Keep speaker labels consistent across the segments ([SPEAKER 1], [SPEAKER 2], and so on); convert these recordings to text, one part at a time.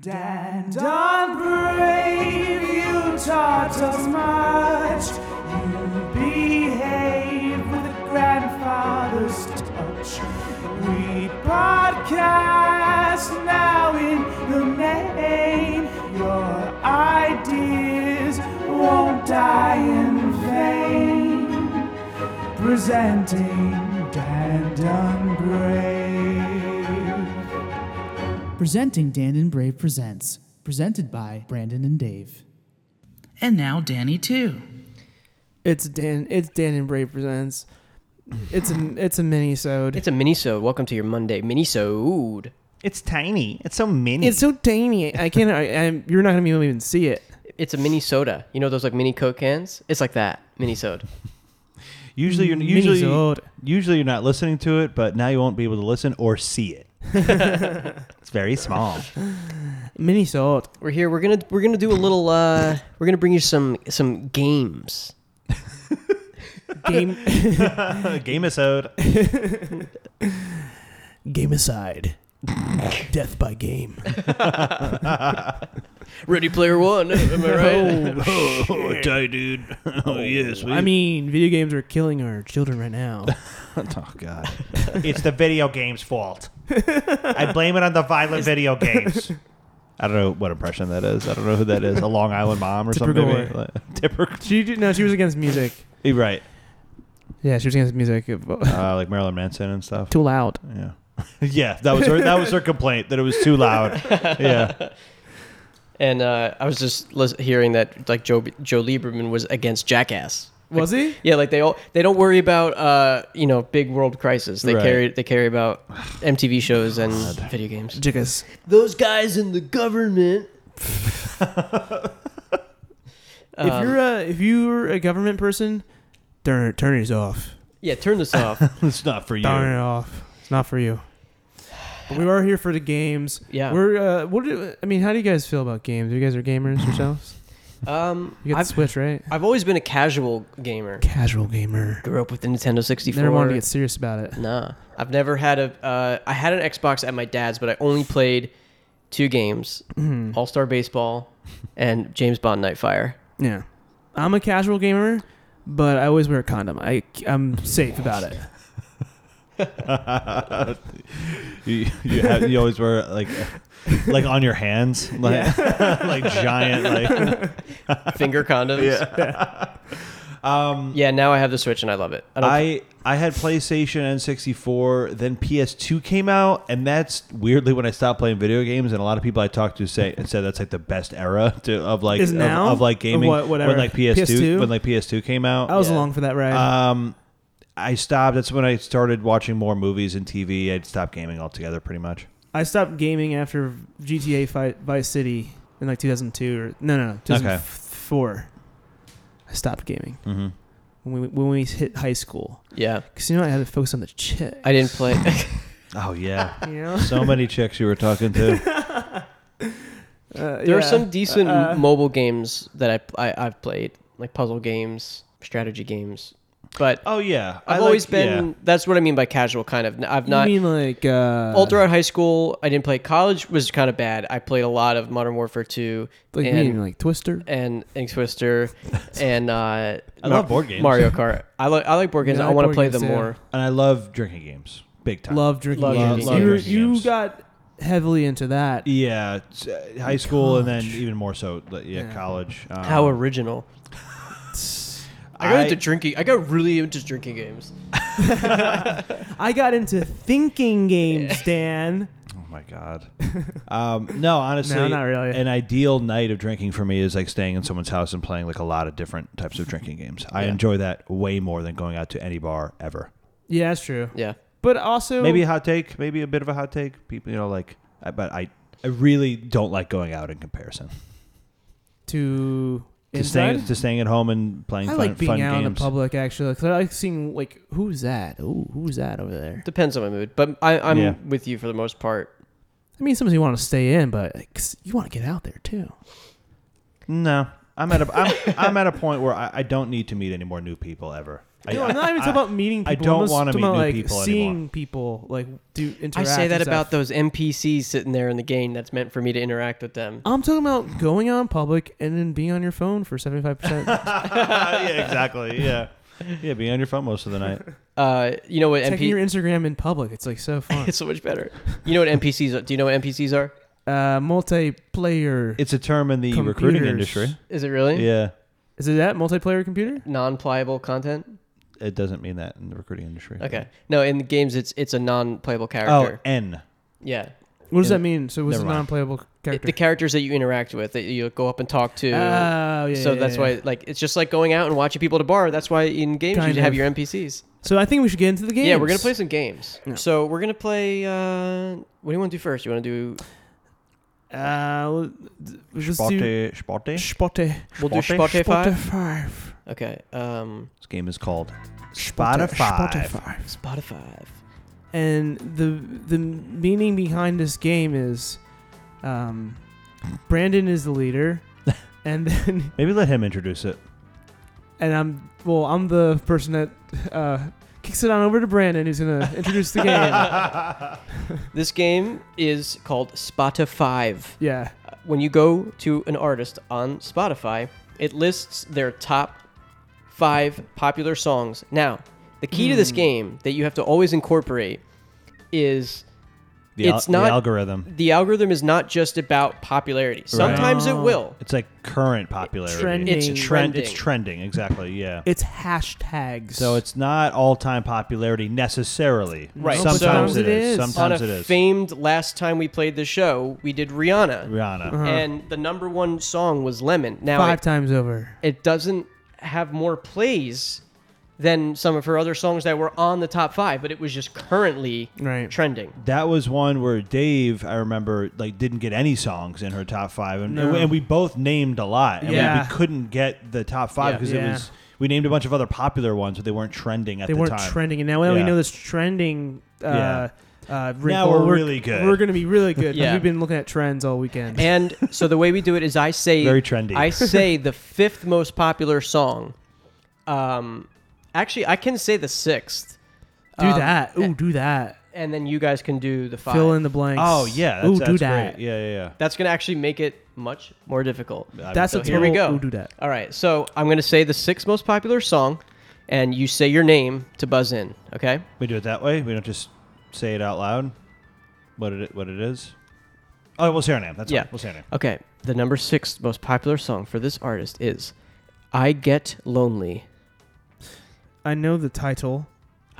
[SPEAKER 1] Dan Don Brave, you taught us much. You behave with a grandfather's touch. We podcast now in the main. Your ideas won't die in vain. Presenting Dan Don Brave.
[SPEAKER 2] Presenting Dan and Brave Presents, presented by Brandon and Dave.
[SPEAKER 3] And now Danny too.
[SPEAKER 4] It's Dan. It's Dan and Brave presents. It's a it's a mini sode.
[SPEAKER 5] It's a minisode. Welcome to your Monday minisode.
[SPEAKER 6] It's tiny. It's so mini.
[SPEAKER 4] It's so tiny. I can't. I, I'm, you're not gonna be able to even see it.
[SPEAKER 5] It's a mini soda. You know those like mini Coke cans? It's like that minisode.
[SPEAKER 6] usually you're usually
[SPEAKER 4] Minisode.
[SPEAKER 6] usually you're not listening to it, but now you won't be able to listen or see it. it's very small.
[SPEAKER 4] Mini sode.
[SPEAKER 5] We're here. We're gonna we're gonna do a little. uh We're gonna bring you some some games.
[SPEAKER 4] Game
[SPEAKER 6] Game episode.
[SPEAKER 4] game aside. Death by game. Oh,
[SPEAKER 5] Ready Player One. Am I right?
[SPEAKER 6] Oh, die, dude. Oh yes.
[SPEAKER 4] I mean, video games are killing our children right now.
[SPEAKER 6] oh god. it's the video game's fault. I blame it on the violent video games. I don't know what impression that is. I don't know who that is. A Long Island mom or
[SPEAKER 4] Tipper
[SPEAKER 6] something. Maybe.
[SPEAKER 4] Gore.
[SPEAKER 6] Like, Tipper.
[SPEAKER 4] She did, no, she was against music.
[SPEAKER 6] You're Right.
[SPEAKER 4] Yeah, she was against music.
[SPEAKER 6] Uh, like Marilyn Manson and stuff.
[SPEAKER 4] Too loud.
[SPEAKER 6] Yeah. yeah, that was her. That was her complaint that it was too loud. Yeah,
[SPEAKER 5] and uh, I was just lis- hearing that like Joe Joe Lieberman was against Jackass.
[SPEAKER 4] Was he?
[SPEAKER 5] Yeah, like they all they don't worry about uh you know big world crisis. They
[SPEAKER 6] Right.
[SPEAKER 5] carry they care about MTV shows and video games.
[SPEAKER 4] Jickus.
[SPEAKER 5] Those guys in the government.
[SPEAKER 4] if
[SPEAKER 5] Um,
[SPEAKER 4] you're a if you're a government person, turn turn it off.
[SPEAKER 5] Yeah, turn this off.
[SPEAKER 6] it's not for you.
[SPEAKER 4] Darn it off. It's not for you. But we are here for the games.
[SPEAKER 5] Yeah.
[SPEAKER 4] We're uh what do I mean, how do you guys feel about games? You guys are gamers yourselves?
[SPEAKER 5] Um,
[SPEAKER 4] You got
[SPEAKER 5] I've,
[SPEAKER 4] the Switch, right?
[SPEAKER 5] I've always been a casual gamer.
[SPEAKER 4] Casual gamer.
[SPEAKER 5] Grew up with the Nintendo 64.
[SPEAKER 4] Never wanted to get serious about it.
[SPEAKER 5] nah, I've never had a. Uh, I had an Xbox at my dad's, but I only played two games: All Star Baseball and James Bond Nightfire.
[SPEAKER 4] Yeah. I'm a casual gamer, but I always wear a condom. I I'm safe about it.
[SPEAKER 6] You, you, have, you always were like, like on your hands, like, like giant. Like,
[SPEAKER 5] Finger condoms. yeah. um. Yeah. Now I have the Switch and I love it. I don't.
[SPEAKER 6] I I had PlayStation and 64, then PS2 came out, and that's weirdly when I stopped playing video games. And a lot of people I talked to say said that's like the best era to, of like
[SPEAKER 4] Is
[SPEAKER 6] of,
[SPEAKER 4] now?
[SPEAKER 6] of like gaming.
[SPEAKER 4] What- what
[SPEAKER 6] when
[SPEAKER 4] era?
[SPEAKER 6] like PS2,
[SPEAKER 4] PS2?
[SPEAKER 6] when like PS2 came out.
[SPEAKER 4] I was
[SPEAKER 5] Yeah. Uh,
[SPEAKER 4] along for that ride.
[SPEAKER 6] Um, I stopped. That's when I started watching more movies and TV. I stopped gaming altogether, pretty much.
[SPEAKER 4] I stopped gaming after GTA Fi- Vice City in like 2002 or no no no 2004. I stopped gaming
[SPEAKER 6] Mm-hmm.
[SPEAKER 4] when we when we hit high school
[SPEAKER 5] yeah.
[SPEAKER 4] because you know I had to focus on the chick.
[SPEAKER 5] I didn't play.
[SPEAKER 6] Oh yeah,
[SPEAKER 4] you know.
[SPEAKER 6] so many chicks you were talking to.
[SPEAKER 4] Uh,
[SPEAKER 5] there are some decent mobile games that I, I I've played, like puzzle games, strategy games, but.
[SPEAKER 6] Oh yeah,
[SPEAKER 5] I've
[SPEAKER 6] I like-
[SPEAKER 5] always been.
[SPEAKER 6] yeah.
[SPEAKER 5] That's what I mean by casual. Kind of. I've not.
[SPEAKER 4] You mean like uh,
[SPEAKER 5] all throughout high school, I didn't play. College was kind of bad. I played a lot of Modern Warfare 2
[SPEAKER 4] like
[SPEAKER 5] and,
[SPEAKER 4] meaning like Twister?
[SPEAKER 5] and and Twister and uh,
[SPEAKER 6] I love board games.
[SPEAKER 5] Mario Kart. I like I like board games.
[SPEAKER 4] Yeah, I
[SPEAKER 5] I
[SPEAKER 4] like
[SPEAKER 5] want to
[SPEAKER 4] board
[SPEAKER 5] play
[SPEAKER 4] games,
[SPEAKER 5] them
[SPEAKER 4] yeah.
[SPEAKER 5] more.
[SPEAKER 6] and I love drinking games, big time.
[SPEAKER 4] Love drinking
[SPEAKER 5] Love
[SPEAKER 4] games.
[SPEAKER 5] drinking
[SPEAKER 4] you
[SPEAKER 6] games.
[SPEAKER 4] you
[SPEAKER 6] Games.
[SPEAKER 4] got heavily into that.
[SPEAKER 6] Yeah, it's, uh, high school and then even more so. like, Yeah,
[SPEAKER 4] Yeah.
[SPEAKER 6] college. Um,
[SPEAKER 5] How original! I got into drinking. I got really into drinking games.
[SPEAKER 4] I got into thinking games, Dan.
[SPEAKER 6] Oh my god. Um, no, honestly,
[SPEAKER 4] No, not really.
[SPEAKER 6] An ideal night of drinking for me is like staying in someone's house and playing like a lot of different types of drinking games. I enjoy that way more than going out to any bar ever.
[SPEAKER 4] yeah, that's true.
[SPEAKER 5] Yeah,
[SPEAKER 4] But also
[SPEAKER 6] maybe a hot take, maybe a bit of a hot take. People, you know, like, I, but I, I really don't like going out in comparison
[SPEAKER 4] to
[SPEAKER 6] to staying,
[SPEAKER 4] inside?
[SPEAKER 6] to staying at home and playing
[SPEAKER 4] I
[SPEAKER 6] fun,
[SPEAKER 4] like being
[SPEAKER 6] fun
[SPEAKER 4] out
[SPEAKER 6] games.
[SPEAKER 4] in the public actually because I like seeing like who's that? Ooh, who's that over there?
[SPEAKER 5] depends on my mood, but I, I'm
[SPEAKER 6] Yeah.
[SPEAKER 5] with you for the most part.
[SPEAKER 4] I mean, sometimes you want to stay in, but like, s- you want to get out there too.
[SPEAKER 6] No, I'm at a, I'm, I'm at a point where I, I don't need to meet any more new people ever. I-
[SPEAKER 4] no, I, am not even
[SPEAKER 6] I-
[SPEAKER 4] talking about meeting
[SPEAKER 6] I
[SPEAKER 4] people.
[SPEAKER 6] don't
[SPEAKER 4] I'm just
[SPEAKER 6] wanna
[SPEAKER 4] talking
[SPEAKER 6] meet
[SPEAKER 4] about,
[SPEAKER 6] new
[SPEAKER 4] like,
[SPEAKER 6] people
[SPEAKER 4] Seeing
[SPEAKER 6] anymore.
[SPEAKER 4] people like do
[SPEAKER 5] I
[SPEAKER 4] interact.
[SPEAKER 5] say
[SPEAKER 4] and
[SPEAKER 5] that
[SPEAKER 4] stuff.
[SPEAKER 5] about those NPCs sitting there in the game that's meant for me to interact with them.
[SPEAKER 4] I'm talking about going out in public and then being on your phone for 75. percent
[SPEAKER 6] yeah, exactly. Yeah, yeah. Be on your phone most of the night.
[SPEAKER 5] Uh, you know what
[SPEAKER 4] Checking your
[SPEAKER 5] NPCs?
[SPEAKER 4] Instagram in public, it's like so fun.
[SPEAKER 5] It's so much better. You know what NPCs? Are? Do you know what NPCs are?
[SPEAKER 4] uh, multiplayer.
[SPEAKER 6] It's a term in the recruiting
[SPEAKER 4] Computers.
[SPEAKER 6] industry.
[SPEAKER 5] Is it really
[SPEAKER 6] Yeah,
[SPEAKER 4] Is it that multiplayer computer?
[SPEAKER 5] non-pliable content?
[SPEAKER 6] it doesn't mean that in the recruiting industry.
[SPEAKER 5] Okay, no. In the games, it's it's a non-playable
[SPEAKER 6] Oh,
[SPEAKER 5] character.
[SPEAKER 6] N.
[SPEAKER 5] yeah,
[SPEAKER 4] What does
[SPEAKER 6] Yeah.
[SPEAKER 4] that mean? So it was a
[SPEAKER 6] Never mind.
[SPEAKER 4] non-playable
[SPEAKER 5] It-
[SPEAKER 4] character.
[SPEAKER 5] the characters that you interact with, that you go up and talk to.
[SPEAKER 4] Oh, yeah,
[SPEAKER 5] so
[SPEAKER 4] yeah,
[SPEAKER 5] that's
[SPEAKER 4] yeah.
[SPEAKER 5] why, like, it's just like going out and watching people at a bar. That's why in games
[SPEAKER 4] Kind
[SPEAKER 5] you have
[SPEAKER 4] of.
[SPEAKER 5] your NPCs.
[SPEAKER 4] So I think we should get into the game.
[SPEAKER 5] Yeah, we're gonna play some games.
[SPEAKER 4] Yeah.
[SPEAKER 5] So we're gonna play. Uh, what do you want to do first? You want to do?
[SPEAKER 4] Uh, we'll- d- we'll just do
[SPEAKER 6] Sporty. Sporty.
[SPEAKER 4] Spotify.
[SPEAKER 5] We'll do
[SPEAKER 6] Spotify?
[SPEAKER 5] Spotify. Five.
[SPEAKER 4] Spotify.
[SPEAKER 5] Okay. Um,
[SPEAKER 6] This game is called Spotify.
[SPEAKER 4] Spotify.
[SPEAKER 5] Spotify.
[SPEAKER 4] And the the meaning behind this game is, um, Brandon is the leader, and then
[SPEAKER 6] Maybe let him introduce it.
[SPEAKER 4] and I'm well, I'm the person that uh, kicks it on over to Brandon, who's gonna introduce the game.
[SPEAKER 5] This game is called Spotify.
[SPEAKER 4] Yeah.
[SPEAKER 5] When you go to an artist on Spotify, it lists their top five popular songs. Now, the key to
[SPEAKER 6] Hmm.
[SPEAKER 5] this game that you have to always incorporate is
[SPEAKER 6] The al-
[SPEAKER 5] It's not-
[SPEAKER 6] the algorithm.
[SPEAKER 5] the algorithm is not just about popularity. Sometimes
[SPEAKER 6] Oh.
[SPEAKER 5] it will.
[SPEAKER 6] It's like current popularity.
[SPEAKER 4] Trending.
[SPEAKER 5] It's
[SPEAKER 4] It's
[SPEAKER 6] Trend.
[SPEAKER 5] trending.
[SPEAKER 6] It's trending. Exactly. Yeah.
[SPEAKER 4] It's hashtags.
[SPEAKER 6] so it's not all-time popularity necessarily.
[SPEAKER 5] Right.
[SPEAKER 4] No,
[SPEAKER 5] but
[SPEAKER 6] Sometimes
[SPEAKER 5] sometimes
[SPEAKER 6] it
[SPEAKER 4] it
[SPEAKER 6] is.
[SPEAKER 4] is.
[SPEAKER 5] on
[SPEAKER 6] Sometimes it
[SPEAKER 5] a
[SPEAKER 6] is.
[SPEAKER 5] famed last time we played the show, we did Rihanna,
[SPEAKER 6] Rihanna.
[SPEAKER 4] Uh-huh.
[SPEAKER 5] and the number one song was Lemon. Now
[SPEAKER 4] five
[SPEAKER 5] it,
[SPEAKER 4] times over.
[SPEAKER 5] it doesn't have more plays than some of her other songs that were on the top five, but it was just currently
[SPEAKER 4] Right.
[SPEAKER 5] trending.
[SPEAKER 6] That was one where Dave, I remember, like didn't get any songs in her top five, and, and, we, and we both named a lot, and we-
[SPEAKER 4] Yeah.
[SPEAKER 6] we, couldn't get the top five
[SPEAKER 5] Yeah.
[SPEAKER 6] because it
[SPEAKER 4] Yeah.
[SPEAKER 6] was we named a bunch of other popular ones, but they weren't trending at
[SPEAKER 4] they
[SPEAKER 6] the
[SPEAKER 4] weren't
[SPEAKER 6] time.
[SPEAKER 4] trending, and now that we
[SPEAKER 6] Yeah.
[SPEAKER 4] know this trending.
[SPEAKER 6] Yeah.
[SPEAKER 4] Uh, uh,
[SPEAKER 6] Now
[SPEAKER 4] wrinkle,
[SPEAKER 6] we're really good.
[SPEAKER 4] We're gonna be really good. 'cause
[SPEAKER 5] Yeah.
[SPEAKER 4] We've been looking at trends all weekend.
[SPEAKER 5] And so the way we do it is I say
[SPEAKER 6] Very trendy.
[SPEAKER 5] I say the fifth most popular song. Um, actually, I can say the sixth.
[SPEAKER 4] do
[SPEAKER 5] Um,
[SPEAKER 4] that.
[SPEAKER 6] eh,
[SPEAKER 4] Ooh, do that.
[SPEAKER 5] and then you guys can do the five.
[SPEAKER 4] Fill in the blanks.
[SPEAKER 6] oh yeah, that's,
[SPEAKER 4] ooh,
[SPEAKER 6] that's
[SPEAKER 4] do that.
[SPEAKER 6] great. Yeah, yeah,
[SPEAKER 5] That's gonna actually make it much more difficult.
[SPEAKER 6] yeah.
[SPEAKER 4] That's
[SPEAKER 5] So
[SPEAKER 4] a
[SPEAKER 5] here
[SPEAKER 4] total.
[SPEAKER 5] we go.
[SPEAKER 4] Ooh, do that.
[SPEAKER 5] All right, so I'm gonna say the sixth most popular song, and you say your name to buzz in. Okay.
[SPEAKER 6] we do it that way. We don't just say it out loud. What it what it is? Oh, we'll say our name. That's
[SPEAKER 5] Yeah.
[SPEAKER 6] All. We'll say our name.
[SPEAKER 5] Okay. The number six most popular song for this artist is "I Get Lonely."
[SPEAKER 4] I know the title.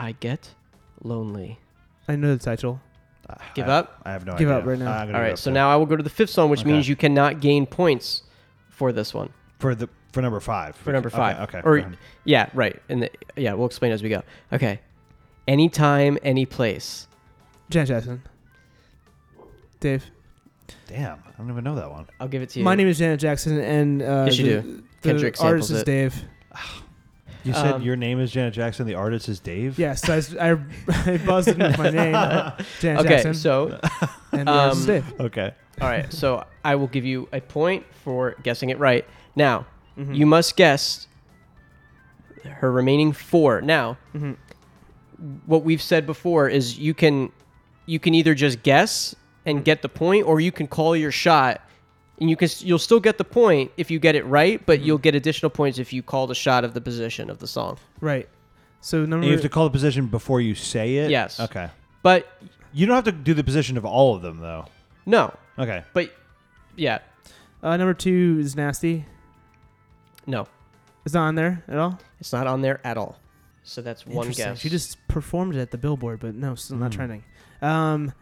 [SPEAKER 5] I get lonely.
[SPEAKER 4] I know the title.
[SPEAKER 6] Ah,
[SPEAKER 5] Give
[SPEAKER 6] I-
[SPEAKER 5] up?
[SPEAKER 6] I have no
[SPEAKER 4] Give
[SPEAKER 6] idea.
[SPEAKER 4] up right now.
[SPEAKER 6] I'm gonna
[SPEAKER 5] All
[SPEAKER 6] give
[SPEAKER 5] right,
[SPEAKER 6] up
[SPEAKER 5] so
[SPEAKER 6] there.
[SPEAKER 5] now I will go to the fifth song, which
[SPEAKER 6] Okay.
[SPEAKER 5] means you cannot gain points for this one.
[SPEAKER 6] for the for number five.
[SPEAKER 5] For number
[SPEAKER 6] Okay,
[SPEAKER 5] five.
[SPEAKER 6] Okay.
[SPEAKER 5] Or
[SPEAKER 6] go ahead.
[SPEAKER 5] yeah, right. And the, yeah, we'll explain as we go. Okay. Anytime, any place.
[SPEAKER 4] Janet Jackson. Dave.
[SPEAKER 6] damn, I don't even know that one.
[SPEAKER 5] I'll give it to you.
[SPEAKER 4] My name is Janet Jackson, and uh,
[SPEAKER 5] Yes, you
[SPEAKER 4] the,
[SPEAKER 5] do.
[SPEAKER 4] the
[SPEAKER 5] Kendrick samples
[SPEAKER 4] artist is
[SPEAKER 5] it.
[SPEAKER 4] Dave.
[SPEAKER 6] You said
[SPEAKER 5] Um,
[SPEAKER 6] your name is Janet Jackson. The artist is Dave.
[SPEAKER 4] Yes, I, s- I, I buzzed in with my name, Janet
[SPEAKER 5] Okay,
[SPEAKER 4] Jackson,
[SPEAKER 5] so
[SPEAKER 4] and the artist is
[SPEAKER 5] um,
[SPEAKER 4] Dave.
[SPEAKER 6] Okay.
[SPEAKER 5] all right, so I will give you a point for guessing it right. Now, you
[SPEAKER 4] Hmm.
[SPEAKER 5] must guess her remaining four. Now,
[SPEAKER 4] Mm-hmm.
[SPEAKER 5] what we've said before is you can you can either just guess
[SPEAKER 4] Hmm.
[SPEAKER 5] and get the point, or you can call your shot, and you can s- you'll still get the point if you get it right,
[SPEAKER 4] Hmm.
[SPEAKER 5] but you'll get additional points if you call the shot of the position of the song.
[SPEAKER 4] Right. So number.
[SPEAKER 6] And you have to call the position before you say it.
[SPEAKER 5] Yes.
[SPEAKER 6] Okay.
[SPEAKER 5] But
[SPEAKER 6] You don't have to do the position of all of them though.
[SPEAKER 5] no,
[SPEAKER 6] Okay.
[SPEAKER 5] but yeah,
[SPEAKER 4] Uh, number two is nasty.
[SPEAKER 5] no,
[SPEAKER 4] It's not on there at all.
[SPEAKER 5] it's not on there at all. So that's one guess. Mm.
[SPEAKER 4] She just performed it at the Billboard, but no, still not trending. Um,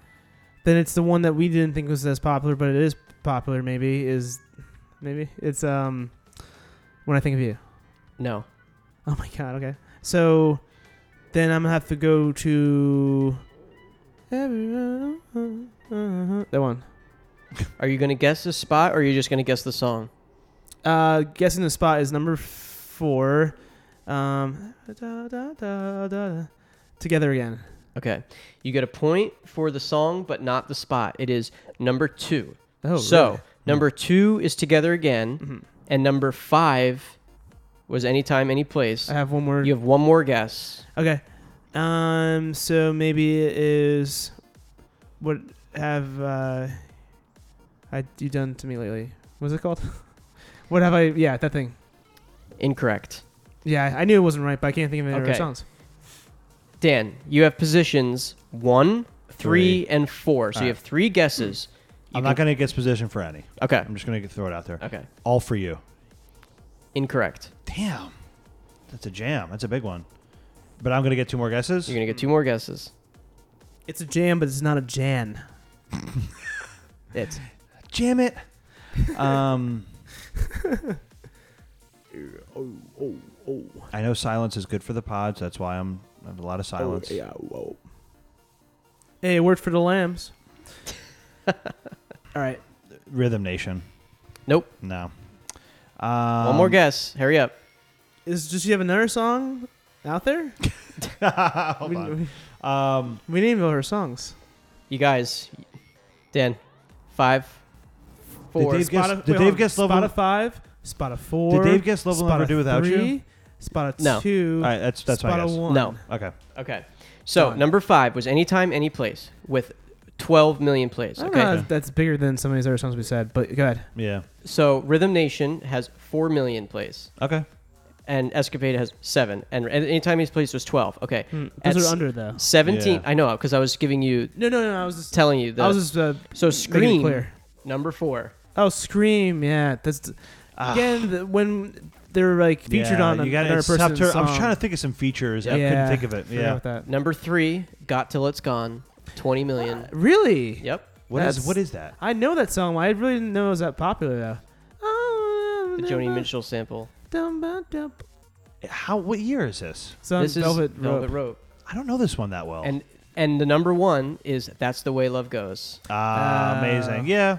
[SPEAKER 4] then it's the one that we didn't think was as popular, but it is popular. Maybe is, maybe it's um, when I think of you.
[SPEAKER 5] no.
[SPEAKER 4] Oh my god. Okay. So then I'm gonna have to go to that one.
[SPEAKER 5] Are you gonna guess the spot, or are you just gonna guess the song?
[SPEAKER 4] Uh, guessing the spot is number four. Um, da, da, da, da, da. together again.
[SPEAKER 5] Okay, you get a point for the song, but not the spot. It is number two.
[SPEAKER 4] Oh,
[SPEAKER 5] so
[SPEAKER 4] really? Mm-hmm.
[SPEAKER 5] number two is together again, and number five was anytime, any place.
[SPEAKER 4] I have one more.
[SPEAKER 5] You have one more guess.
[SPEAKER 4] Okay. Um. So maybe it is. What have uh, I you done to me lately? What's it called? what have I? Yeah, that thing.
[SPEAKER 5] Incorrect.
[SPEAKER 4] Yeah, I knew it wasn't right, but I can't think of any other
[SPEAKER 5] Okay.
[SPEAKER 4] songs.
[SPEAKER 5] Dan, you have positions one, three,
[SPEAKER 6] Three.
[SPEAKER 5] and four. So you
[SPEAKER 6] Alright.
[SPEAKER 5] have three guesses.
[SPEAKER 6] I'm not going to guess position for any.
[SPEAKER 5] Okay.
[SPEAKER 6] I'm just going to throw it out there.
[SPEAKER 5] Okay.
[SPEAKER 6] All for you.
[SPEAKER 5] Incorrect.
[SPEAKER 6] Damn. That's a jam. That's a big one. But I'm going to get two more guesses.
[SPEAKER 5] You're gonna get two more guesses.
[SPEAKER 4] It's a jam, but it's not a Jan.
[SPEAKER 5] It.
[SPEAKER 6] Jam it. um,
[SPEAKER 5] Oh,
[SPEAKER 6] I know silence is good for the pod, so that's why I'm I have a
[SPEAKER 4] Oh,
[SPEAKER 6] lot of silence.
[SPEAKER 4] Hey, it worked for the Lambs. All right.
[SPEAKER 6] Rhythm Nation.
[SPEAKER 5] Nope.
[SPEAKER 6] No. Um,
[SPEAKER 5] One more guess. Hurry up.
[SPEAKER 4] Is just you have another song out there?
[SPEAKER 6] Hold
[SPEAKER 4] we,
[SPEAKER 6] on.
[SPEAKER 4] we,
[SPEAKER 6] Um,
[SPEAKER 4] we named all her songs.
[SPEAKER 5] You guys. Dan. Five. Four.
[SPEAKER 6] Dave guess-
[SPEAKER 4] Spotif- wait,
[SPEAKER 6] did Dave
[SPEAKER 4] hold on.
[SPEAKER 6] guess Love
[SPEAKER 4] Spot
[SPEAKER 6] Will-
[SPEAKER 4] of five, spot of four.
[SPEAKER 6] Dave guess Love Will
[SPEAKER 4] spot
[SPEAKER 6] Never
[SPEAKER 4] of
[SPEAKER 6] Do Without You?
[SPEAKER 4] three, Spot of
[SPEAKER 5] No.
[SPEAKER 4] two.
[SPEAKER 6] all right, that's that's my
[SPEAKER 4] spot of
[SPEAKER 6] guess.
[SPEAKER 4] one.
[SPEAKER 5] No.
[SPEAKER 6] Okay.
[SPEAKER 5] Okay. So
[SPEAKER 4] Done.
[SPEAKER 5] number five was anytime, any place with 12 million plays.
[SPEAKER 4] I don't
[SPEAKER 5] Okay.
[SPEAKER 4] know if that's bigger than some of these other songs we said, but go ahead.
[SPEAKER 6] Yeah.
[SPEAKER 5] So Rhythm Nation has 4 million plays.
[SPEAKER 6] Okay.
[SPEAKER 5] And Escapade has seven, and and anytime any place was twelve. Okay,
[SPEAKER 6] Hmm,
[SPEAKER 4] Those
[SPEAKER 5] At
[SPEAKER 4] are under though.
[SPEAKER 5] seventeen.
[SPEAKER 6] Yeah.
[SPEAKER 5] I know because I was giving you,
[SPEAKER 4] No, no, no. I was just.
[SPEAKER 5] telling you. The,
[SPEAKER 4] I was just. Uh,
[SPEAKER 5] so
[SPEAKER 4] making it
[SPEAKER 5] scream
[SPEAKER 4] Clear.
[SPEAKER 5] number four.
[SPEAKER 4] Oh, scream! Yeah, that's
[SPEAKER 5] Ah.
[SPEAKER 4] again the, when they're like featured
[SPEAKER 6] Yeah,
[SPEAKER 4] on
[SPEAKER 6] you gotta-
[SPEAKER 4] another
[SPEAKER 6] it's tough
[SPEAKER 4] person's
[SPEAKER 6] to-
[SPEAKER 4] song.
[SPEAKER 6] I was trying to think of some features. I couldn't
[SPEAKER 4] Yeah,
[SPEAKER 6] think of it.
[SPEAKER 4] forgot
[SPEAKER 6] Yeah.
[SPEAKER 4] about that.
[SPEAKER 5] Number three, Got Till It's Gone, 20 million.
[SPEAKER 4] Really?
[SPEAKER 5] Yep.
[SPEAKER 6] What is
[SPEAKER 4] That's-
[SPEAKER 6] what is that?
[SPEAKER 4] I know that song. I really didn't know it was that popular though. Oh,
[SPEAKER 5] The Joni Mitchell sample.
[SPEAKER 4] Dum, ba, dum.
[SPEAKER 6] How what year is this?
[SPEAKER 4] It's on
[SPEAKER 5] this is
[SPEAKER 4] Velvet Rope.
[SPEAKER 5] Velvet Rope.
[SPEAKER 6] I don't know this one that well.
[SPEAKER 5] And and the number one is That's the Way Love Goes.
[SPEAKER 6] Ah,
[SPEAKER 4] Uh,
[SPEAKER 6] amazing. Yeah.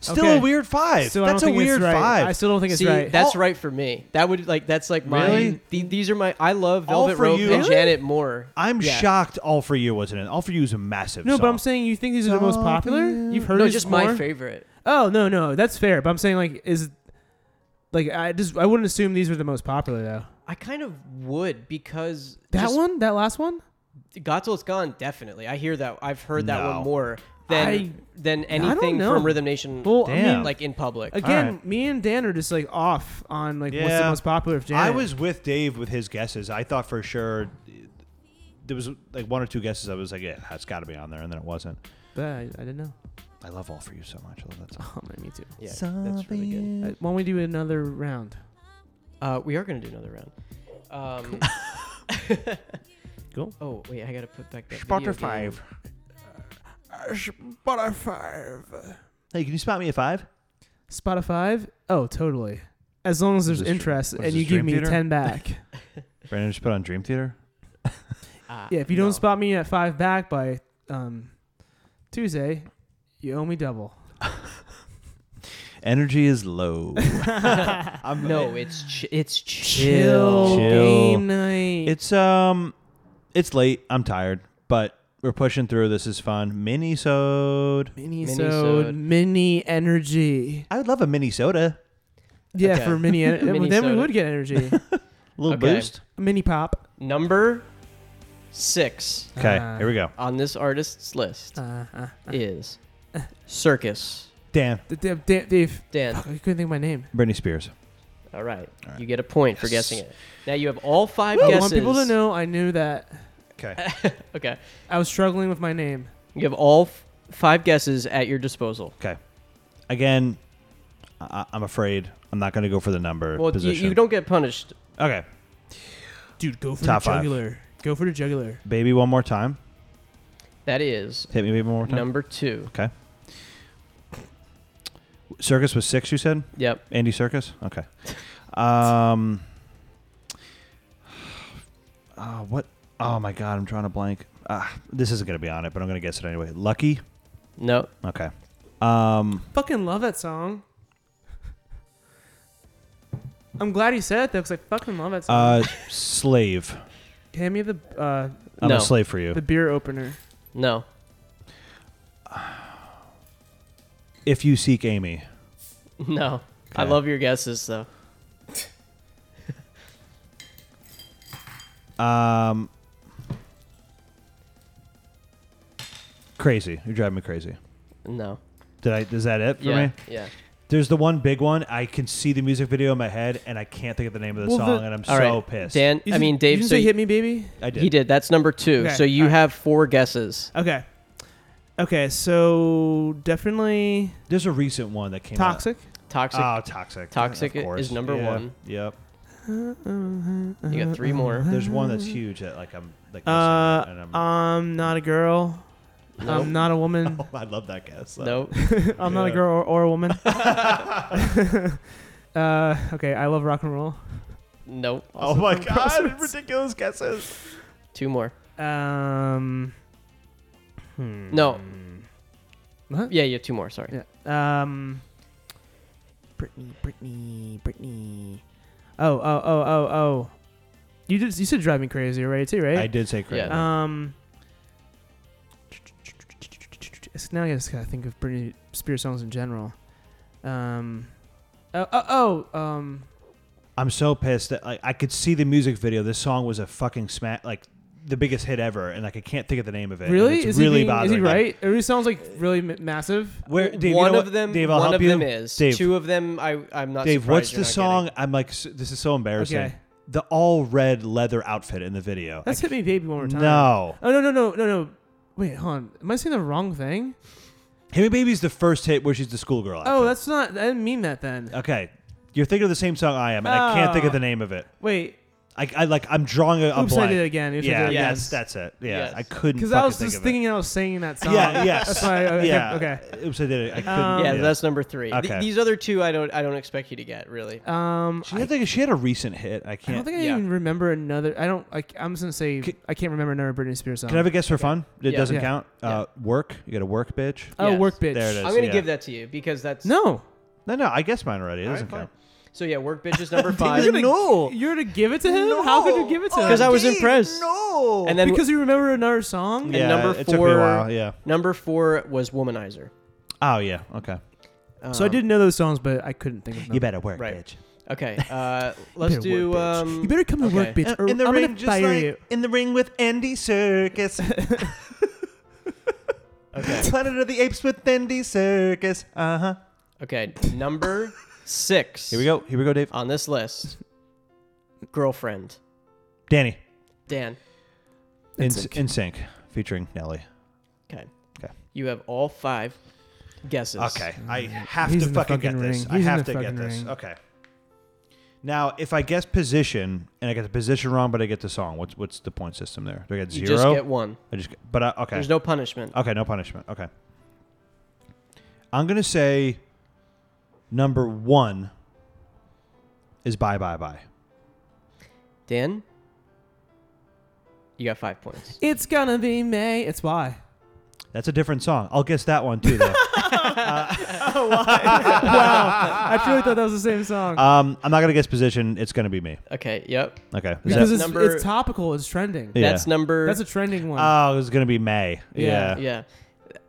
[SPEAKER 6] Still
[SPEAKER 4] okay.
[SPEAKER 6] a weird five.
[SPEAKER 4] Still, I
[SPEAKER 6] that's a
[SPEAKER 4] don't think it's
[SPEAKER 6] weird
[SPEAKER 4] right.
[SPEAKER 6] five.
[SPEAKER 4] I still don't think
[SPEAKER 5] See,
[SPEAKER 4] it's right.
[SPEAKER 5] that's
[SPEAKER 6] All-
[SPEAKER 5] right for me. That would like that's like my
[SPEAKER 6] Really?
[SPEAKER 5] the- these are my I love
[SPEAKER 6] All
[SPEAKER 5] Velvet
[SPEAKER 6] for
[SPEAKER 5] Rope
[SPEAKER 6] You?
[SPEAKER 5] and
[SPEAKER 6] Really?
[SPEAKER 5] Janet Moore.
[SPEAKER 6] I'm
[SPEAKER 5] Yeah.
[SPEAKER 6] shocked. All for you wasn't in. All for you is a massive.
[SPEAKER 4] no, but I'm
[SPEAKER 6] song.
[SPEAKER 4] saying you think these are the most
[SPEAKER 6] Don't
[SPEAKER 4] popular.
[SPEAKER 6] you-
[SPEAKER 4] You've heard
[SPEAKER 5] No,
[SPEAKER 4] these
[SPEAKER 5] just
[SPEAKER 4] more?
[SPEAKER 5] my favorite.
[SPEAKER 4] Oh no, no, that's fair. But I'm saying like is like I just I wouldn't assume these were the most popular though.
[SPEAKER 5] I kind of would because
[SPEAKER 4] That
[SPEAKER 5] just-
[SPEAKER 4] one, that last one.
[SPEAKER 5] Got Till It's Gone, definitely. I hear that. I've heard that
[SPEAKER 6] No.
[SPEAKER 5] one more than
[SPEAKER 4] I-
[SPEAKER 5] than
[SPEAKER 4] don't
[SPEAKER 5] anything
[SPEAKER 4] know.
[SPEAKER 5] from Rhythm Nation.
[SPEAKER 4] Well, I
[SPEAKER 6] Damn.
[SPEAKER 4] mean,
[SPEAKER 5] like in public.
[SPEAKER 4] again,
[SPEAKER 6] Alright.
[SPEAKER 4] me and Dan are just like off on like what's the
[SPEAKER 6] Yeah.
[SPEAKER 4] most popular of Janet.
[SPEAKER 6] I was with Dave with his guesses. I thought for sure there was like one or two guesses. I was like, yeah, it's got to be on there, and then it wasn't.
[SPEAKER 4] but I, I didn't know.
[SPEAKER 6] I love all for you so much. I love that song.
[SPEAKER 4] Oh, man, me too.
[SPEAKER 5] yeah, that's really good.
[SPEAKER 4] Uh, Why don't we do another round?
[SPEAKER 5] Uh, we are gonna do another round. Um,
[SPEAKER 4] Cool.
[SPEAKER 5] Oh wait, I gotta put back that. video
[SPEAKER 6] Spotter
[SPEAKER 5] game.
[SPEAKER 6] five.
[SPEAKER 4] Spotify.
[SPEAKER 6] Hey, can you spot me a five?
[SPEAKER 4] Spotify? Oh, totally. As long as there's
[SPEAKER 6] Is this-
[SPEAKER 4] interest
[SPEAKER 6] what
[SPEAKER 4] and
[SPEAKER 6] is
[SPEAKER 4] you
[SPEAKER 6] this,
[SPEAKER 4] give
[SPEAKER 6] Dream
[SPEAKER 4] me
[SPEAKER 6] Theater?
[SPEAKER 4] ten back.
[SPEAKER 6] Brandon just put on Dream Theater.
[SPEAKER 5] Ah,
[SPEAKER 4] yeah, if you
[SPEAKER 5] no.
[SPEAKER 4] don't spot me at five back by um, Tuesday, you owe me double.
[SPEAKER 6] Energy is low. I'm,
[SPEAKER 5] No, it's ch- it's
[SPEAKER 4] Chill,
[SPEAKER 5] chill.
[SPEAKER 6] Chill.
[SPEAKER 4] game night.
[SPEAKER 6] It's um, it's late. I'm tired, but we're pushing through. This is fun. Mini sode.
[SPEAKER 4] mini
[SPEAKER 5] Minisode.
[SPEAKER 4] mini energy.
[SPEAKER 6] I would love a mini soda.
[SPEAKER 4] Yeah,
[SPEAKER 5] Okay.
[SPEAKER 4] for mini, en-
[SPEAKER 5] Mini
[SPEAKER 4] then we
[SPEAKER 5] soda.
[SPEAKER 4] would get energy.
[SPEAKER 6] A little
[SPEAKER 5] Okay.
[SPEAKER 6] boost.
[SPEAKER 4] mini pop.
[SPEAKER 5] Number six
[SPEAKER 6] Okay,
[SPEAKER 4] Uh,
[SPEAKER 6] here we go.
[SPEAKER 5] on this artist's list
[SPEAKER 4] Uh, uh, uh.
[SPEAKER 5] is Circus.
[SPEAKER 6] Dan,
[SPEAKER 4] D- d- d- Dave,
[SPEAKER 5] Dan,
[SPEAKER 4] fuck, I couldn't think of my name.
[SPEAKER 6] Britney Spears.
[SPEAKER 5] all right,
[SPEAKER 6] All right.
[SPEAKER 5] you get a point for
[SPEAKER 6] Yes.
[SPEAKER 5] guessing it. Now you have all five
[SPEAKER 4] I
[SPEAKER 5] guesses.
[SPEAKER 4] want people to know I knew that
[SPEAKER 6] Okay.
[SPEAKER 5] Okay,
[SPEAKER 4] I was struggling with my name.
[SPEAKER 5] you have all f- five guesses at your disposal.
[SPEAKER 6] Again, I, I'm afraid I'm not going to go for the number
[SPEAKER 5] Well, you,
[SPEAKER 6] position.
[SPEAKER 5] you don't get punished.
[SPEAKER 6] okay,
[SPEAKER 4] Dude, go for
[SPEAKER 6] Top
[SPEAKER 4] the
[SPEAKER 6] five.
[SPEAKER 4] jugular. Go for the jugular.
[SPEAKER 6] baby, one more time.
[SPEAKER 5] That is
[SPEAKER 6] Hit me, baby, one more time.
[SPEAKER 5] number two.
[SPEAKER 6] Circus was six. You said
[SPEAKER 5] Yep.
[SPEAKER 6] Andy Circus. Okay. Um. Uh, what? Oh my God, I'm drawing a blank. Uh, this isn't going to be on it, but I'm going to guess it anyway. Lucky.
[SPEAKER 5] No.
[SPEAKER 6] Okay. Um.
[SPEAKER 4] Fucking love that song. I'm glad you said it though, because I fucking love that song.
[SPEAKER 6] Uh. slave.
[SPEAKER 4] Hand me the uh,
[SPEAKER 6] I'm
[SPEAKER 5] No.
[SPEAKER 6] a slave for you.
[SPEAKER 4] the beer opener.
[SPEAKER 5] No.
[SPEAKER 6] If you seek Amy.
[SPEAKER 5] No. I
[SPEAKER 6] Okay.
[SPEAKER 5] love your guesses though.
[SPEAKER 6] Um, crazy. You're driving me crazy.
[SPEAKER 5] No.
[SPEAKER 6] Did I? Is that it for
[SPEAKER 5] yeah.
[SPEAKER 6] me?
[SPEAKER 5] Yeah.
[SPEAKER 6] There's the one big one. I can see the music video in my head, and I can't think of the name of the
[SPEAKER 4] Well, the-
[SPEAKER 6] song, and I'm
[SPEAKER 5] All right.
[SPEAKER 6] so pissed.
[SPEAKER 5] Dan,
[SPEAKER 4] You
[SPEAKER 5] I
[SPEAKER 4] did-
[SPEAKER 5] mean, Dave,
[SPEAKER 4] You didn't
[SPEAKER 5] so
[SPEAKER 4] say
[SPEAKER 5] you-
[SPEAKER 4] hit me, baby.
[SPEAKER 6] I did.
[SPEAKER 5] he did. That's number two.
[SPEAKER 4] Okay,
[SPEAKER 5] So you
[SPEAKER 4] all right.
[SPEAKER 5] have four guesses.
[SPEAKER 4] Okay. Okay, so definitely
[SPEAKER 6] There's a recent one that came
[SPEAKER 4] toxic.
[SPEAKER 5] Toxic.
[SPEAKER 6] out. Toxic. Oh, toxic.
[SPEAKER 5] Toxic
[SPEAKER 6] Of
[SPEAKER 5] i-
[SPEAKER 6] course.
[SPEAKER 5] is number
[SPEAKER 6] Yeah.
[SPEAKER 5] one.
[SPEAKER 6] Yep.
[SPEAKER 5] You got three more.
[SPEAKER 6] There's one that's huge that like I'm like. missing,
[SPEAKER 4] Uh,
[SPEAKER 6] and I'm,
[SPEAKER 4] I'm not a girl.
[SPEAKER 5] Nope.
[SPEAKER 4] I'm not a woman.
[SPEAKER 6] oh, I love that guess.
[SPEAKER 5] Nope.
[SPEAKER 4] I'm not a
[SPEAKER 6] Oh, Yeah.
[SPEAKER 4] girl or, or a woman.
[SPEAKER 6] Oh
[SPEAKER 4] uh, okay, I love rock and roll.
[SPEAKER 5] Nope.
[SPEAKER 6] Oh my god! Ridiculous guesses.
[SPEAKER 5] Two more.
[SPEAKER 4] Um, hmm.
[SPEAKER 5] No.
[SPEAKER 4] What?
[SPEAKER 5] Yeah, you have two more. Sorry.
[SPEAKER 4] Yeah. Um, Brittany, Brittany, Brittany. Oh, oh, oh, oh, oh. You did. You said drive me crazy already too, right?
[SPEAKER 6] I did say crazy.
[SPEAKER 5] Yeah.
[SPEAKER 4] Um. it's- Now I just gotta think of Britney Spears songs in general. Um. Oh, oh, oh um.
[SPEAKER 6] I'm so pissed that like I could see the music video. This song was a fucking smack, like the biggest hit ever, and like I can't think of the name of it. and
[SPEAKER 4] Really?
[SPEAKER 6] it's
[SPEAKER 4] is
[SPEAKER 6] really
[SPEAKER 4] he being, Is he
[SPEAKER 6] bothering me. Uh,
[SPEAKER 4] right? It really sounds like really ma- massive.
[SPEAKER 6] Where Dave, you
[SPEAKER 5] one
[SPEAKER 6] know
[SPEAKER 5] of
[SPEAKER 6] what?
[SPEAKER 5] them.
[SPEAKER 6] Dave, I'll
[SPEAKER 5] one
[SPEAKER 6] help
[SPEAKER 5] of
[SPEAKER 6] you.
[SPEAKER 5] them is.
[SPEAKER 6] Dave,
[SPEAKER 5] Two of them. I. I'm not.
[SPEAKER 6] Dave,
[SPEAKER 5] surprised
[SPEAKER 6] what's
[SPEAKER 5] you're
[SPEAKER 6] the
[SPEAKER 5] not
[SPEAKER 6] song?
[SPEAKER 5] getting.
[SPEAKER 6] I'm like, s- this is so embarrassing.
[SPEAKER 4] Okay.
[SPEAKER 6] The all red leather outfit in the video.
[SPEAKER 4] That's
[SPEAKER 6] I
[SPEAKER 4] hit me, baby, one more time.
[SPEAKER 6] No,
[SPEAKER 4] Oh no no no no no. Wait, hold on. Am I saying the wrong thing?
[SPEAKER 6] Hit Me Baby's the first hit where she's the schoolgirl.
[SPEAKER 4] Oh,
[SPEAKER 6] outfit.
[SPEAKER 4] that's not. I didn't mean that then.
[SPEAKER 6] okay. You're thinking of the same song I am, and I can't think of
[SPEAKER 4] Ah.
[SPEAKER 6] the name of it.
[SPEAKER 4] Wait.
[SPEAKER 6] I, I like, I'm drawing a, a
[SPEAKER 4] Oops, I
[SPEAKER 6] blank.
[SPEAKER 4] did it again. Oops, I
[SPEAKER 6] yeah,
[SPEAKER 4] did it again.
[SPEAKER 6] yes, that's it. Yeah,
[SPEAKER 5] Yes.
[SPEAKER 6] I couldn't.
[SPEAKER 4] Because I was
[SPEAKER 6] fucking
[SPEAKER 4] just
[SPEAKER 6] think of it.
[SPEAKER 4] thinking I was singing that song.
[SPEAKER 6] Yeah, yes.
[SPEAKER 4] That's why. I,
[SPEAKER 6] yeah.
[SPEAKER 4] Okay.
[SPEAKER 6] Oops, I did it. I couldn't.
[SPEAKER 4] Um,
[SPEAKER 5] Yeah, that's number three. Th-
[SPEAKER 6] Okay.
[SPEAKER 5] these other two, I don't. I don't expect you to get really.
[SPEAKER 4] Um,
[SPEAKER 6] She had, like, she had a recent hit.
[SPEAKER 4] I
[SPEAKER 6] I
[SPEAKER 4] don't
[SPEAKER 6] can't.
[SPEAKER 4] think I
[SPEAKER 5] Yeah.
[SPEAKER 4] even remember another. I don't like. I'm just gonna say
[SPEAKER 6] Can-
[SPEAKER 4] I can't remember another Britney Spears song.
[SPEAKER 6] Can I have a guess for fun? It
[SPEAKER 5] Yeah.
[SPEAKER 6] doesn't
[SPEAKER 4] Yeah.
[SPEAKER 6] count. Uh, work. You got a work, bitch.
[SPEAKER 4] oh,
[SPEAKER 5] Yes.
[SPEAKER 4] work bitch.
[SPEAKER 6] There it is.
[SPEAKER 5] I'm gonna
[SPEAKER 6] yeah.
[SPEAKER 5] give that to you because that's
[SPEAKER 4] No,
[SPEAKER 6] No, no, I guessed mine already. It
[SPEAKER 5] All right,
[SPEAKER 6] doesn't
[SPEAKER 5] fine.
[SPEAKER 6] count.
[SPEAKER 5] So yeah, work bitch is number
[SPEAKER 4] you're
[SPEAKER 5] five.
[SPEAKER 4] gonna, You're gonna give it to him. How could you give it to him?
[SPEAKER 5] Because I was impressed.
[SPEAKER 6] No.
[SPEAKER 5] And then
[SPEAKER 4] because you remember another song.
[SPEAKER 5] Yeah. number
[SPEAKER 6] it took me a
[SPEAKER 5] four-
[SPEAKER 6] while. Yeah.
[SPEAKER 5] number four was womanizer.
[SPEAKER 6] Oh yeah. Okay.
[SPEAKER 4] So I
[SPEAKER 5] Um,
[SPEAKER 4] did know those songs, but I couldn't think of them.
[SPEAKER 6] You better work,
[SPEAKER 5] Right.
[SPEAKER 6] bitch.
[SPEAKER 5] Okay, uh, let's
[SPEAKER 4] better
[SPEAKER 5] do.
[SPEAKER 4] work, bitch.
[SPEAKER 5] Um,
[SPEAKER 4] You better come to work,
[SPEAKER 5] okay.
[SPEAKER 4] bitch, or I'm gonna fire you.
[SPEAKER 6] in the ring with Andy Circus.
[SPEAKER 5] Okay.
[SPEAKER 6] Planet of the Apes with Andy Circus. Uh huh.
[SPEAKER 5] Okay, number six.
[SPEAKER 6] Here we go. Here we go, Dave.
[SPEAKER 5] On this list, girlfriend
[SPEAKER 6] Danny.
[SPEAKER 5] Dan.
[SPEAKER 6] In
[SPEAKER 4] NSYNC.
[SPEAKER 6] in sync, featuring Nelly.
[SPEAKER 5] Okay.
[SPEAKER 6] Okay.
[SPEAKER 5] You have all five guesses.
[SPEAKER 6] Okay, I have
[SPEAKER 4] He's
[SPEAKER 6] to
[SPEAKER 4] in the
[SPEAKER 6] fucking,
[SPEAKER 4] fucking
[SPEAKER 6] get this.
[SPEAKER 4] ring.
[SPEAKER 6] I
[SPEAKER 4] He's in
[SPEAKER 6] have
[SPEAKER 4] the
[SPEAKER 6] to get
[SPEAKER 4] fucking
[SPEAKER 6] this.
[SPEAKER 4] ring.
[SPEAKER 6] Okay. Now, if I guess position and I get the position wrong, but I get the song, what's what's the point system there? Do I get
[SPEAKER 5] You
[SPEAKER 6] zero?
[SPEAKER 5] just get one.
[SPEAKER 6] I just, get- but I, okay, Uh,
[SPEAKER 5] There's no punishment.
[SPEAKER 6] okay, no punishment. Okay. I'm gonna say number one is bye bye bye.
[SPEAKER 5] Dan, you got five points.
[SPEAKER 4] It's gonna be May. It's why.
[SPEAKER 6] That's a different song. I'll guess that one too. Though.
[SPEAKER 4] I truly thought that was the same song.
[SPEAKER 6] um, I'm not gonna guess position. It's gonna be me.
[SPEAKER 5] Okay. Yep.
[SPEAKER 6] Okay. Is
[SPEAKER 4] because
[SPEAKER 6] that-
[SPEAKER 4] it's,
[SPEAKER 5] number-
[SPEAKER 4] it's topical. It's trending.
[SPEAKER 6] Yeah.
[SPEAKER 5] That's number.
[SPEAKER 4] That's a trending one.
[SPEAKER 6] oh, it's gonna be May.
[SPEAKER 4] Yeah.
[SPEAKER 6] Yeah.
[SPEAKER 5] yeah.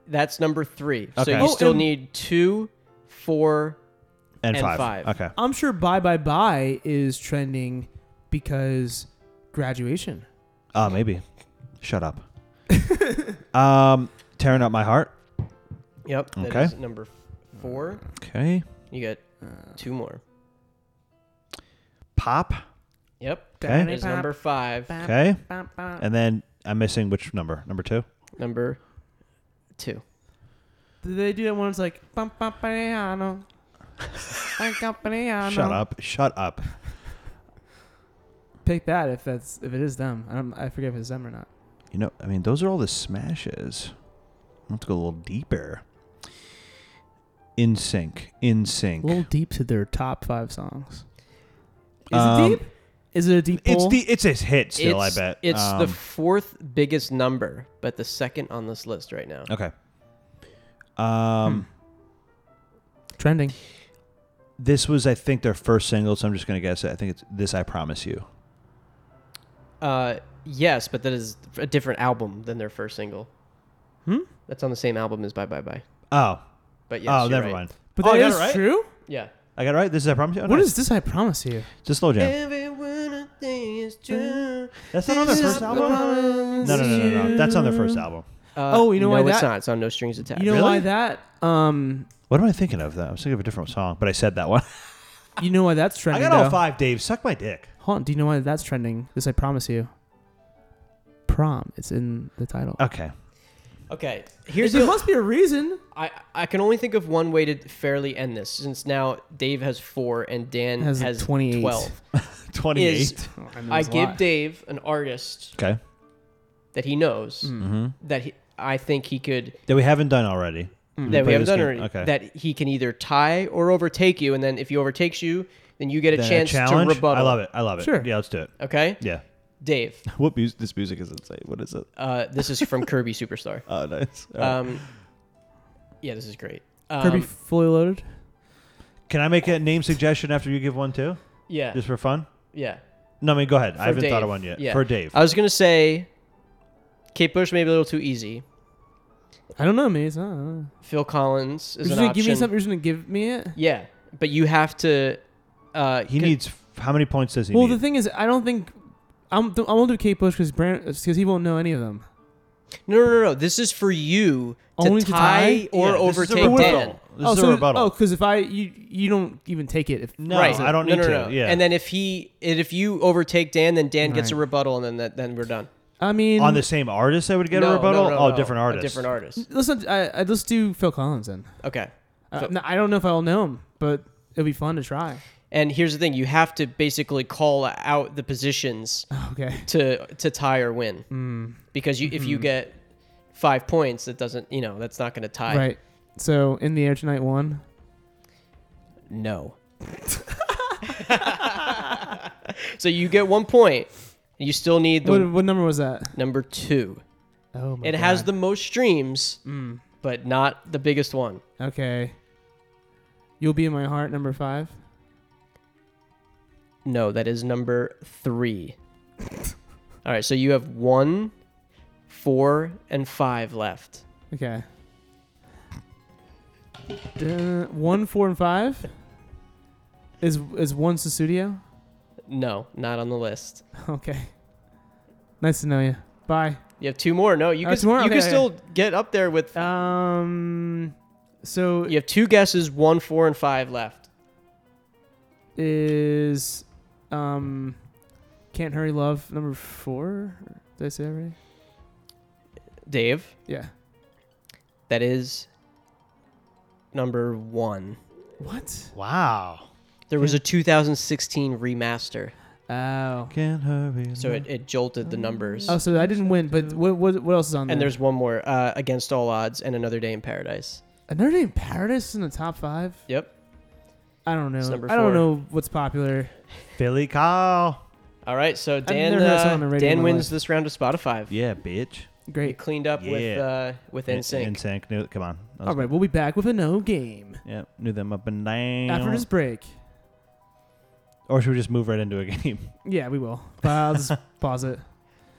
[SPEAKER 5] That's number three. So
[SPEAKER 6] Okay.
[SPEAKER 5] you
[SPEAKER 6] Oh,
[SPEAKER 5] still
[SPEAKER 4] and-
[SPEAKER 5] need two, four.
[SPEAKER 6] And,
[SPEAKER 5] And
[SPEAKER 6] five.
[SPEAKER 5] five.
[SPEAKER 6] Okay.
[SPEAKER 4] I'm sure Bye Bye Bye is trending because graduation.
[SPEAKER 6] Uh, maybe. Shut up. um, tearing up my heart.
[SPEAKER 5] Yep. that
[SPEAKER 6] Okay.
[SPEAKER 5] is number f- four.
[SPEAKER 6] Okay.
[SPEAKER 5] You get two more.
[SPEAKER 6] Pop.
[SPEAKER 5] Yep.
[SPEAKER 6] Okay.
[SPEAKER 5] That is number five.
[SPEAKER 6] Okay. And then I'm missing which number? Number two.
[SPEAKER 5] Number two.
[SPEAKER 4] Did they do that one? It's like bum, bum, piano. Bum, bum, piano.
[SPEAKER 6] Shut up. Shut up.
[SPEAKER 4] Pick that if that's if it is them. I don't. I forget if it's them or not.
[SPEAKER 6] You know, I mean, those are all the smashes. I have to go a little deeper. In sync. In sync.
[SPEAKER 4] A little deep to their top five songs. Is
[SPEAKER 6] Um,
[SPEAKER 4] it deep? Is it a deep?
[SPEAKER 6] It's
[SPEAKER 4] hole?
[SPEAKER 6] the it's his hit still.
[SPEAKER 5] it's,
[SPEAKER 6] I bet
[SPEAKER 5] It's the
[SPEAKER 6] Um,
[SPEAKER 5] fourth biggest number, but the second on this list right now.
[SPEAKER 6] okay. Um,
[SPEAKER 4] trending.
[SPEAKER 6] this was I think their first single, so I'm just gonna guess it. I think it's this. I promise you.
[SPEAKER 5] Uh, yes, but that is a different album than their first single. Hmm? That's on the same album as Bye Bye Bye.
[SPEAKER 6] Oh,
[SPEAKER 5] But yes,
[SPEAKER 6] oh,
[SPEAKER 5] you're
[SPEAKER 6] never
[SPEAKER 5] right.
[SPEAKER 6] mind.
[SPEAKER 4] But
[SPEAKER 6] Oh, I
[SPEAKER 4] that
[SPEAKER 6] got
[SPEAKER 4] is
[SPEAKER 6] it right?
[SPEAKER 4] true.
[SPEAKER 5] Yeah.
[SPEAKER 6] I got it right. This is I promise you. Oh,
[SPEAKER 4] What
[SPEAKER 6] nice.
[SPEAKER 4] is this? I promise you.
[SPEAKER 6] It's a slow jam.
[SPEAKER 5] Everyone nothing is true.
[SPEAKER 6] That's not on their
[SPEAKER 5] This
[SPEAKER 6] first
[SPEAKER 5] is
[SPEAKER 6] album.
[SPEAKER 5] promise
[SPEAKER 6] No, no, no, no, no. That's on their first album.
[SPEAKER 5] Uh,
[SPEAKER 4] Oh, you know
[SPEAKER 5] no,
[SPEAKER 4] why
[SPEAKER 5] it's
[SPEAKER 4] that-
[SPEAKER 5] not. It's on No Strings Attached.
[SPEAKER 4] You know
[SPEAKER 6] Really?
[SPEAKER 4] why that? Um,
[SPEAKER 6] What am I thinking of? Though I was thinking of a different song, but I said that one.
[SPEAKER 4] you know why that's
[SPEAKER 6] I
[SPEAKER 4] trending?
[SPEAKER 6] got all
[SPEAKER 4] though?
[SPEAKER 6] five. Dave, suck my dick.
[SPEAKER 4] Hold on, do you know why that's trending? This I promise you. Prom. It's in the title.
[SPEAKER 6] Okay.
[SPEAKER 5] okay, Uh, here's
[SPEAKER 4] there
[SPEAKER 5] the.
[SPEAKER 4] must be a reason.
[SPEAKER 5] I I can only think of one way to fairly end this, since now Dave has four and Dan
[SPEAKER 4] Has
[SPEAKER 5] has,
[SPEAKER 4] 28.
[SPEAKER 5] twelve.
[SPEAKER 6] Twenty-eight.
[SPEAKER 5] Is I give Dave an artist
[SPEAKER 6] okay.
[SPEAKER 5] that he knows that he, I think he could
[SPEAKER 6] That we haven't done already.
[SPEAKER 5] that we
[SPEAKER 6] Hmm. play
[SPEAKER 5] haven't
[SPEAKER 6] this
[SPEAKER 5] done
[SPEAKER 6] game.
[SPEAKER 5] already.
[SPEAKER 6] Okay.
[SPEAKER 5] That he can either tie or overtake you, and then if he overtakes you, then you get a
[SPEAKER 6] Then
[SPEAKER 5] chance
[SPEAKER 6] challenge?
[SPEAKER 5] to rebuttal.
[SPEAKER 6] I love it. I love it.
[SPEAKER 4] Sure.
[SPEAKER 6] Yeah, let's do it.
[SPEAKER 5] Okay,
[SPEAKER 6] Yeah.
[SPEAKER 5] Dave,
[SPEAKER 6] What music? This music is insane. What is it?
[SPEAKER 5] uh, this is from Kirby Superstar.
[SPEAKER 6] Oh, nice. All right.
[SPEAKER 5] Um, yeah, this is great. Um,
[SPEAKER 4] Kirby fully loaded.
[SPEAKER 6] Can I make a name suggestion after you give one too,
[SPEAKER 5] yeah,
[SPEAKER 6] just for fun?
[SPEAKER 5] yeah.
[SPEAKER 6] No, I mean go ahead. I
[SPEAKER 5] For
[SPEAKER 6] haven't thought of
[SPEAKER 5] Dave,
[SPEAKER 6] one yet.
[SPEAKER 5] yeah.
[SPEAKER 6] For Dave,
[SPEAKER 5] I was gonna say, Kate Bush maybe a little too easy.
[SPEAKER 4] I don't know, man. It's not. I don't know.
[SPEAKER 5] Phil Collins
[SPEAKER 4] You're
[SPEAKER 5] is
[SPEAKER 4] just
[SPEAKER 5] an
[SPEAKER 4] gonna
[SPEAKER 5] option.
[SPEAKER 4] give me something. You're just gonna give me it.
[SPEAKER 5] Yeah, but you have to. Uh,
[SPEAKER 6] he
[SPEAKER 5] con-
[SPEAKER 6] needs how many points does he
[SPEAKER 4] well,
[SPEAKER 6] need?
[SPEAKER 4] the thing is, I don't think I'm. I won't do Kate Bush because because he won't know any of them.
[SPEAKER 5] No, no, no, no. This is for you to,
[SPEAKER 4] Only
[SPEAKER 5] tie,
[SPEAKER 4] to tie?
[SPEAKER 5] or
[SPEAKER 6] Yeah, this is a
[SPEAKER 5] overtake Dan.
[SPEAKER 6] rebuttal. This is a rebuttal.
[SPEAKER 4] Oh, because if I you you don't even take it. If
[SPEAKER 6] no,
[SPEAKER 5] right.
[SPEAKER 6] I don't
[SPEAKER 5] no,
[SPEAKER 6] need
[SPEAKER 5] no,
[SPEAKER 6] to.
[SPEAKER 5] no.
[SPEAKER 6] Yeah.
[SPEAKER 5] And then if he, and if you overtake Dan, then Dan gets a
[SPEAKER 4] Right.
[SPEAKER 5] rebuttal, and then that, then we're done.
[SPEAKER 4] I mean,
[SPEAKER 6] on the same artist, I would get
[SPEAKER 5] No,
[SPEAKER 6] a
[SPEAKER 5] no,
[SPEAKER 6] rebuttal.
[SPEAKER 5] no,
[SPEAKER 6] oh,
[SPEAKER 5] no.
[SPEAKER 6] different
[SPEAKER 5] A
[SPEAKER 6] artist.
[SPEAKER 5] different artist.
[SPEAKER 4] let's not. I, I, let's do Phil Collins then.
[SPEAKER 5] Okay.
[SPEAKER 4] Uh,
[SPEAKER 5] Phil-
[SPEAKER 4] no, I don't know if I'll know him, but it'll be fun to try.
[SPEAKER 5] And here's the thing: you have to basically call out the positions
[SPEAKER 4] Okay.
[SPEAKER 5] to to tie or win,
[SPEAKER 6] Hmm.
[SPEAKER 5] because you if you get five points, that doesn't you know that's not going to tie.
[SPEAKER 4] right. So in the air tonight one.
[SPEAKER 5] No. so you get one point. You still need the
[SPEAKER 4] What, what number was that?
[SPEAKER 5] number two.
[SPEAKER 4] Oh my
[SPEAKER 5] It has the mm. most streams, but not the biggest one.
[SPEAKER 4] the okay. You'll be in my heart number five.
[SPEAKER 5] No, that is number three. All right, so you have one, four, and five left.
[SPEAKER 4] Okay. Duh, Uh, one, four, and five. Is is one Susudio?
[SPEAKER 5] No, not on the list.
[SPEAKER 4] Okay. Nice to know you. Bye.
[SPEAKER 5] You have two more. No, you
[SPEAKER 4] Oh,
[SPEAKER 5] can
[SPEAKER 4] two more?
[SPEAKER 5] you can
[SPEAKER 4] Okay, Uh, okay.
[SPEAKER 5] still get up there with.
[SPEAKER 4] Um. So
[SPEAKER 5] You have two guesses, one, four, and five left.
[SPEAKER 4] is um, can't hurry love number four. Did I say that right?
[SPEAKER 5] Dave,
[SPEAKER 4] Yeah.
[SPEAKER 5] that is number one.
[SPEAKER 4] What?
[SPEAKER 6] Wow.
[SPEAKER 5] There was a
[SPEAKER 4] Hmm.
[SPEAKER 5] 2016 remaster,
[SPEAKER 4] Oh.
[SPEAKER 6] Can't hurry.
[SPEAKER 5] so it, it jolted the numbers.
[SPEAKER 4] Oh, so I didn't win, but what what, what else is on there?
[SPEAKER 5] And there's one more uh, Against All Odds and Another Day in Paradise.
[SPEAKER 4] another name Paradise is in the top five.
[SPEAKER 5] Yep.
[SPEAKER 4] I don't know.
[SPEAKER 5] It's number
[SPEAKER 4] I don't
[SPEAKER 5] four.
[SPEAKER 4] know what's popular.
[SPEAKER 6] Philly Kyle.
[SPEAKER 5] All right, so Dan
[SPEAKER 4] never heard that song
[SPEAKER 5] uh,
[SPEAKER 4] on the radio in
[SPEAKER 5] Dan
[SPEAKER 4] my
[SPEAKER 5] wins
[SPEAKER 4] life.
[SPEAKER 5] this round of Spotify.
[SPEAKER 6] Yeah, bitch.
[SPEAKER 5] He
[SPEAKER 4] Great.
[SPEAKER 5] cleaned up with
[SPEAKER 6] Yeah.
[SPEAKER 5] uh, with NSYNC.
[SPEAKER 6] In sync. Knew it. Come on. That
[SPEAKER 4] All
[SPEAKER 6] was-
[SPEAKER 4] right, we'll be back with a no game
[SPEAKER 6] Yeah, knew them up and down.
[SPEAKER 4] after this break.
[SPEAKER 6] or should we just move right into a game?
[SPEAKER 4] Yeah, we will. But I'll just pause it.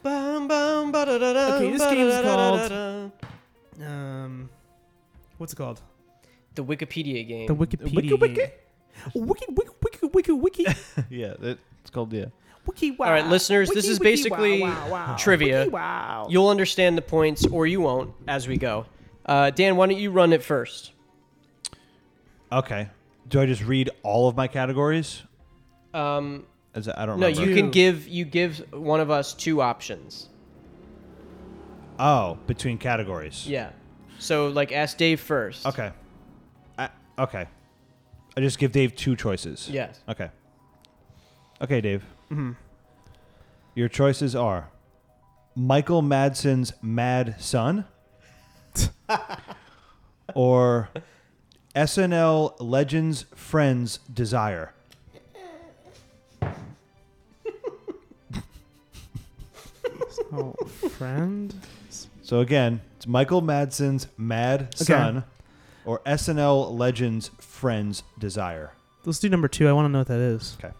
[SPEAKER 5] Bum, bum, ba-da-da-dum,
[SPEAKER 4] Okay, this game is called-
[SPEAKER 5] ba-da-da-da-dum.
[SPEAKER 4] Um, what's it called?
[SPEAKER 5] the Wikipedia game.
[SPEAKER 4] The Wikipedia.
[SPEAKER 6] wiki.
[SPEAKER 4] game. Wiki, wiki, wiki, wiki, wiki,
[SPEAKER 6] yeah, it's called yeah.
[SPEAKER 4] wiki, wow.
[SPEAKER 5] All right, listeners, this
[SPEAKER 4] Wiki,
[SPEAKER 5] is
[SPEAKER 4] wiki,
[SPEAKER 5] basically
[SPEAKER 4] wow, wow, wow.
[SPEAKER 5] trivia.
[SPEAKER 4] Wiki, wow.
[SPEAKER 5] You'll understand the points or you won't as we go. Uh, Dan, why don't you run it first?
[SPEAKER 6] Okay. Do I just read all of my categories?
[SPEAKER 5] Um,
[SPEAKER 6] As I I don't
[SPEAKER 5] no,
[SPEAKER 6] remember.
[SPEAKER 5] you can
[SPEAKER 4] Dude.
[SPEAKER 5] give you give one of us two options.
[SPEAKER 6] Oh, between categories.
[SPEAKER 5] Yeah. So like ask Dave first.
[SPEAKER 6] Okay. I, okay. I just give Dave two choices.
[SPEAKER 5] Yes.
[SPEAKER 6] Okay. Okay, Dave. Mm-hmm. Your choices are Michael Madsen's Mad Son or SNL Legends Friends Desire.
[SPEAKER 4] Oh, friend.
[SPEAKER 6] So again, it's Michael Madsen's Mad Son or SNL Legends Friends Desire.
[SPEAKER 4] Let's do number two. I want to know what that is.
[SPEAKER 6] Okay.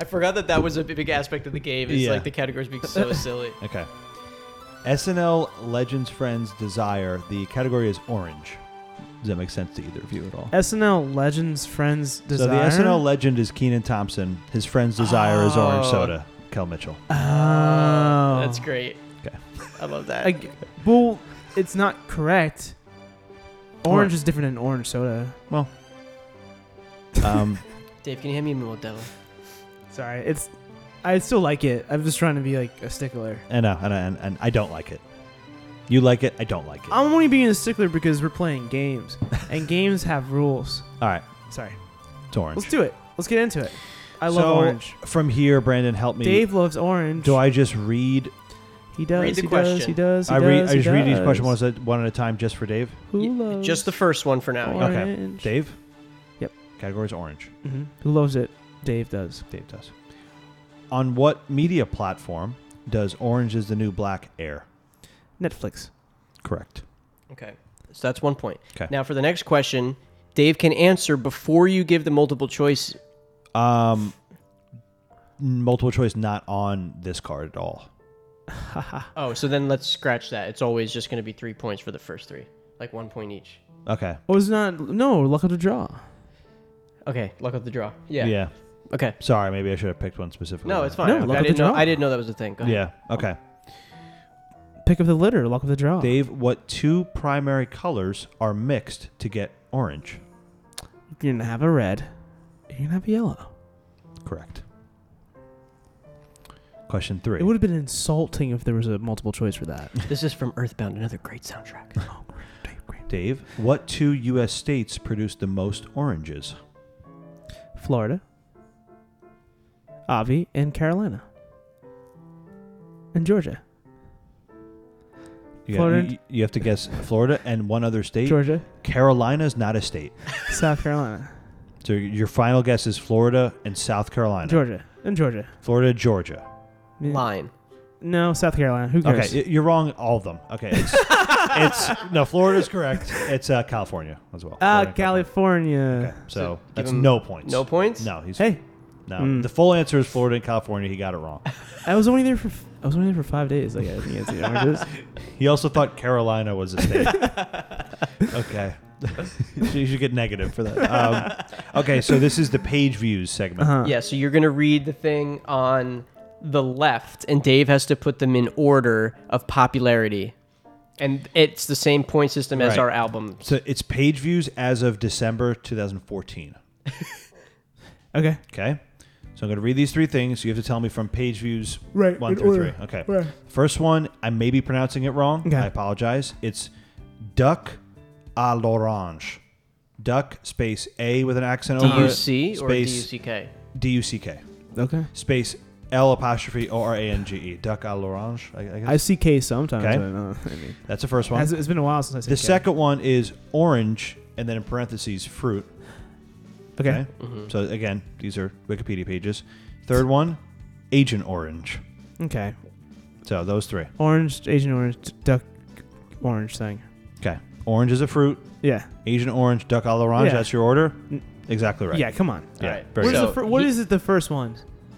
[SPEAKER 5] I forgot that that was a big aspect of the game. It's
[SPEAKER 6] Yeah.
[SPEAKER 5] like the categories being so silly.
[SPEAKER 6] Okay. SNL Legends Friends Desire. The category is orange. Does that make sense to either of you at all?
[SPEAKER 4] SNL Legends Friends
[SPEAKER 6] So the
[SPEAKER 4] Desire.
[SPEAKER 6] SNL legend is Keenan Thompson. His friend's desire is orange
[SPEAKER 5] Oh.
[SPEAKER 6] soda. Kel Mitchell.
[SPEAKER 4] Oh,
[SPEAKER 5] That's great.
[SPEAKER 6] Okay.
[SPEAKER 5] I love that.
[SPEAKER 4] I, well, it's not correct. Orange
[SPEAKER 6] What?
[SPEAKER 4] is different than orange soda.
[SPEAKER 6] Um,
[SPEAKER 5] Dave, can you hand me a Mill Devil?
[SPEAKER 4] Sorry, it's. I still like it. I'm just trying to be like a stickler.
[SPEAKER 6] and, uh, and, and and I don't like it. You like it. I don't like it.
[SPEAKER 4] I'm only being a stickler because we're playing games, and games have rules.
[SPEAKER 6] all right,
[SPEAKER 4] Sorry,
[SPEAKER 6] it's orange.
[SPEAKER 4] let's do it. Let's get into it. I love
[SPEAKER 6] So,
[SPEAKER 4] orange.
[SPEAKER 6] From here, Brandon, help me.
[SPEAKER 4] Dave loves orange.
[SPEAKER 6] do I just read?
[SPEAKER 4] He does. he
[SPEAKER 5] Read the
[SPEAKER 4] does. He
[SPEAKER 5] question.
[SPEAKER 4] does. He
[SPEAKER 6] I read.
[SPEAKER 4] does,
[SPEAKER 6] I
[SPEAKER 4] he
[SPEAKER 6] just read each
[SPEAKER 4] does.
[SPEAKER 6] question one at, a- one at a time, just for Dave.
[SPEAKER 4] Who
[SPEAKER 5] Yeah,
[SPEAKER 4] loves
[SPEAKER 5] Just the first one for now.
[SPEAKER 6] Okay. Mm-hmm.
[SPEAKER 4] orange?
[SPEAKER 6] Dave.
[SPEAKER 4] Yep.
[SPEAKER 6] Categories orange.
[SPEAKER 4] hmm Who loves it? Dave does.
[SPEAKER 6] Dave does. On what media platform does Orange is the New Black air?
[SPEAKER 4] Netflix.
[SPEAKER 6] Correct.
[SPEAKER 5] Okay. So that's one point.
[SPEAKER 6] 'Kay.
[SPEAKER 5] Now for the next question, Dave can answer before you give the multiple choice.
[SPEAKER 6] Um, multiple choice not on this card at all.
[SPEAKER 5] Oh, so then let's scratch that. It's always just going to be three points for the first three, like one point each.
[SPEAKER 6] Okay.
[SPEAKER 4] Oh, it's not. No, luck of the draw.
[SPEAKER 5] Okay. Luck of the draw. Yeah.
[SPEAKER 6] yeah.
[SPEAKER 5] Okay.
[SPEAKER 6] Sorry, maybe I should have picked one specifically.
[SPEAKER 5] No, it's fine.
[SPEAKER 4] No,
[SPEAKER 5] Okay,
[SPEAKER 4] luck
[SPEAKER 5] I,
[SPEAKER 4] of the
[SPEAKER 5] didn't know,
[SPEAKER 4] draw.
[SPEAKER 5] I didn't know that was a thing. Go ahead.
[SPEAKER 6] Yeah. Okay.
[SPEAKER 4] Pick up the litter. Luck of the draw.
[SPEAKER 6] Dave, what two primary colors are mixed to get orange?
[SPEAKER 4] You're gonna have a red. You're gonna have a yellow.
[SPEAKER 6] Correct. Question three.
[SPEAKER 4] It would have been insulting if there was a multiple choice for that.
[SPEAKER 5] This is from Earthbound, another great soundtrack.
[SPEAKER 6] Dave, what two U.S. states produce the most oranges?
[SPEAKER 4] Florida, Avi, and Carolina, and Georgia.
[SPEAKER 6] You,
[SPEAKER 4] Florida.
[SPEAKER 6] you, you have to guess Florida and one other state.
[SPEAKER 4] Georgia,
[SPEAKER 6] Carolina's not a state.
[SPEAKER 4] South Carolina,
[SPEAKER 6] So your final guess is Florida and South Carolina.
[SPEAKER 4] Georgia, and Georgia.
[SPEAKER 6] Florida, Georgia.
[SPEAKER 4] Yeah.
[SPEAKER 5] Line.
[SPEAKER 4] No, South Carolina. Who cares?
[SPEAKER 6] Okay, y- you're wrong. All of them. Okay, it's, it's no. Florida's correct. It's uh, California as well.
[SPEAKER 4] Ah,
[SPEAKER 6] Florida and
[SPEAKER 4] California.
[SPEAKER 6] Okay, so
[SPEAKER 5] give
[SPEAKER 6] that's
[SPEAKER 5] him
[SPEAKER 6] no points.
[SPEAKER 5] No points?
[SPEAKER 6] No, he's
[SPEAKER 4] Hey,
[SPEAKER 6] no.
[SPEAKER 4] Mm.
[SPEAKER 6] The full answer is Florida and California. He got it wrong.
[SPEAKER 4] I was only there for f- I was only there for five days. Like I didn't get to see oranges.
[SPEAKER 6] He also thought Carolina was a state. okay, you should get negative for that. Um, okay, so this is the page views segment.
[SPEAKER 4] Uh-huh.
[SPEAKER 5] Yeah, so you're going to read the thing on the left, and Dave has to put them in order of popularity. And it's the same point system as
[SPEAKER 6] Right.
[SPEAKER 5] our album.
[SPEAKER 6] So it's page views as of December 2014.
[SPEAKER 4] Okay.
[SPEAKER 6] Okay. So I'm going to read these three things. You have to tell me from page views
[SPEAKER 4] Right,
[SPEAKER 6] one
[SPEAKER 4] in
[SPEAKER 6] through
[SPEAKER 4] order.
[SPEAKER 6] three. Okay.
[SPEAKER 4] Right.
[SPEAKER 6] First one, I may be pronouncing it wrong.
[SPEAKER 4] Okay.
[SPEAKER 6] I apologize. It's duck à l'orange. Duck space A with an accent
[SPEAKER 5] D
[SPEAKER 6] over
[SPEAKER 5] U
[SPEAKER 6] it.
[SPEAKER 5] C or D U
[SPEAKER 6] space
[SPEAKER 5] C K?
[SPEAKER 6] D U C K.
[SPEAKER 4] Okay.
[SPEAKER 6] Space L apostrophe O R A N G E. Duck à l'orange. I, I guess.
[SPEAKER 4] I see K sometimes.
[SPEAKER 6] Okay.
[SPEAKER 4] I don't know. I mean,
[SPEAKER 6] That's the first one.
[SPEAKER 4] has- it's been a while since I said
[SPEAKER 6] the
[SPEAKER 4] K.
[SPEAKER 6] second one is orange and then in parentheses fruit.
[SPEAKER 4] Okay.
[SPEAKER 6] Okay.
[SPEAKER 5] Mm-hmm.
[SPEAKER 6] So again, these are Wikipedia pages. Third one, Agent Orange.
[SPEAKER 4] Okay.
[SPEAKER 6] So those three.
[SPEAKER 4] Orange, Asian orange, d- duck, orange thing.
[SPEAKER 6] Okay. Orange is a fruit.
[SPEAKER 4] Yeah.
[SPEAKER 6] Asian orange, duck à l'orange.
[SPEAKER 4] Yeah.
[SPEAKER 6] That's your order.
[SPEAKER 4] N-
[SPEAKER 6] Exactly right.
[SPEAKER 4] Yeah. Come on.
[SPEAKER 6] Yeah.
[SPEAKER 5] Alright.
[SPEAKER 6] Very
[SPEAKER 4] What is
[SPEAKER 6] good.
[SPEAKER 5] So
[SPEAKER 4] the fir- what
[SPEAKER 5] he-
[SPEAKER 4] is it? The first one.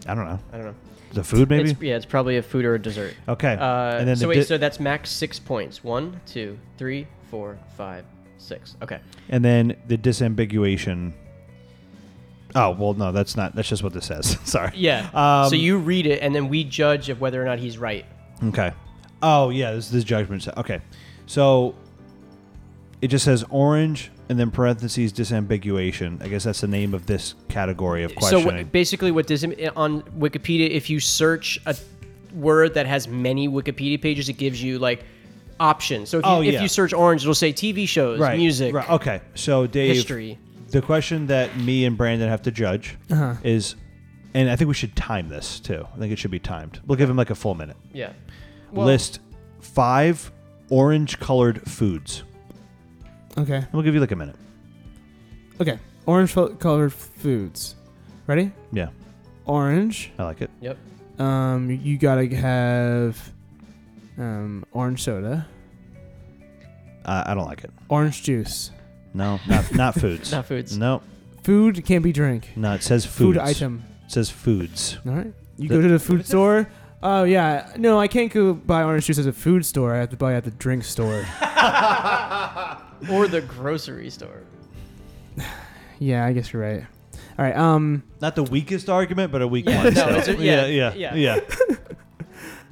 [SPEAKER 6] I don't know.
[SPEAKER 5] I don't know.
[SPEAKER 6] The food maybe.
[SPEAKER 5] It's, yeah, it's probably a food or a dessert.
[SPEAKER 6] okay.
[SPEAKER 5] Uh,
[SPEAKER 6] and then
[SPEAKER 5] so
[SPEAKER 6] the
[SPEAKER 5] wait,
[SPEAKER 6] di-
[SPEAKER 5] so that's max six points. One, two, three, four, five, six. Okay.
[SPEAKER 6] and then the disambiguation. Oh well, no, that's not. That's just what this says. Sorry.
[SPEAKER 5] Yeah. so
[SPEAKER 6] Um,
[SPEAKER 5] you read it, and then we judge of whether or not he's right.
[SPEAKER 6] Okay. Oh yeah, this this judgment set. Okay, so it just says orange and then parentheses disambiguation. I guess that's the name of this category of
[SPEAKER 5] So
[SPEAKER 6] questioning.
[SPEAKER 5] what, basically, what does it- on Wikipedia? If you search a word that has many Wikipedia pages, it gives you like options. So if you,
[SPEAKER 6] Oh,
[SPEAKER 5] if
[SPEAKER 6] yeah.
[SPEAKER 5] you search orange, it'll say TV shows,
[SPEAKER 6] right.
[SPEAKER 5] music,
[SPEAKER 6] Right. Oh, Okay. So Dave,
[SPEAKER 5] history.
[SPEAKER 6] the question that me and Brandon have to judge is, and I think we should time this too. I think it should be timed. We'll give him like a full minute.
[SPEAKER 5] Yeah. Well-
[SPEAKER 6] List five orange-colored foods.
[SPEAKER 4] Okay.
[SPEAKER 6] And we'll give you like a minute.
[SPEAKER 4] Okay. Orange fo- colored foods. Ready?
[SPEAKER 6] Yeah,
[SPEAKER 4] Orange.
[SPEAKER 6] I like it.
[SPEAKER 5] Yep.
[SPEAKER 4] Um, you gotta have um orange soda,
[SPEAKER 6] Uh, I don't like it.
[SPEAKER 4] orange juice.
[SPEAKER 6] No, not not foods.
[SPEAKER 5] Not foods.
[SPEAKER 6] No,
[SPEAKER 4] Food can't be drink.
[SPEAKER 6] no. It says
[SPEAKER 4] Food
[SPEAKER 6] foods.
[SPEAKER 4] item.
[SPEAKER 6] It says foods.
[SPEAKER 4] All right. You
[SPEAKER 6] The-
[SPEAKER 4] go to the food store. Oh yeah. No, I can't go buy orange juice at a food store. I have to buy it at the drink store.
[SPEAKER 5] or the grocery store.
[SPEAKER 4] Yeah, I guess you're right. All right. Um.
[SPEAKER 6] Not the weakest argument, but a weak
[SPEAKER 5] Yeah,
[SPEAKER 6] one.
[SPEAKER 5] no,
[SPEAKER 6] so-
[SPEAKER 5] it's a- yeah,
[SPEAKER 6] yeah,
[SPEAKER 5] yeah.
[SPEAKER 6] yeah, yeah.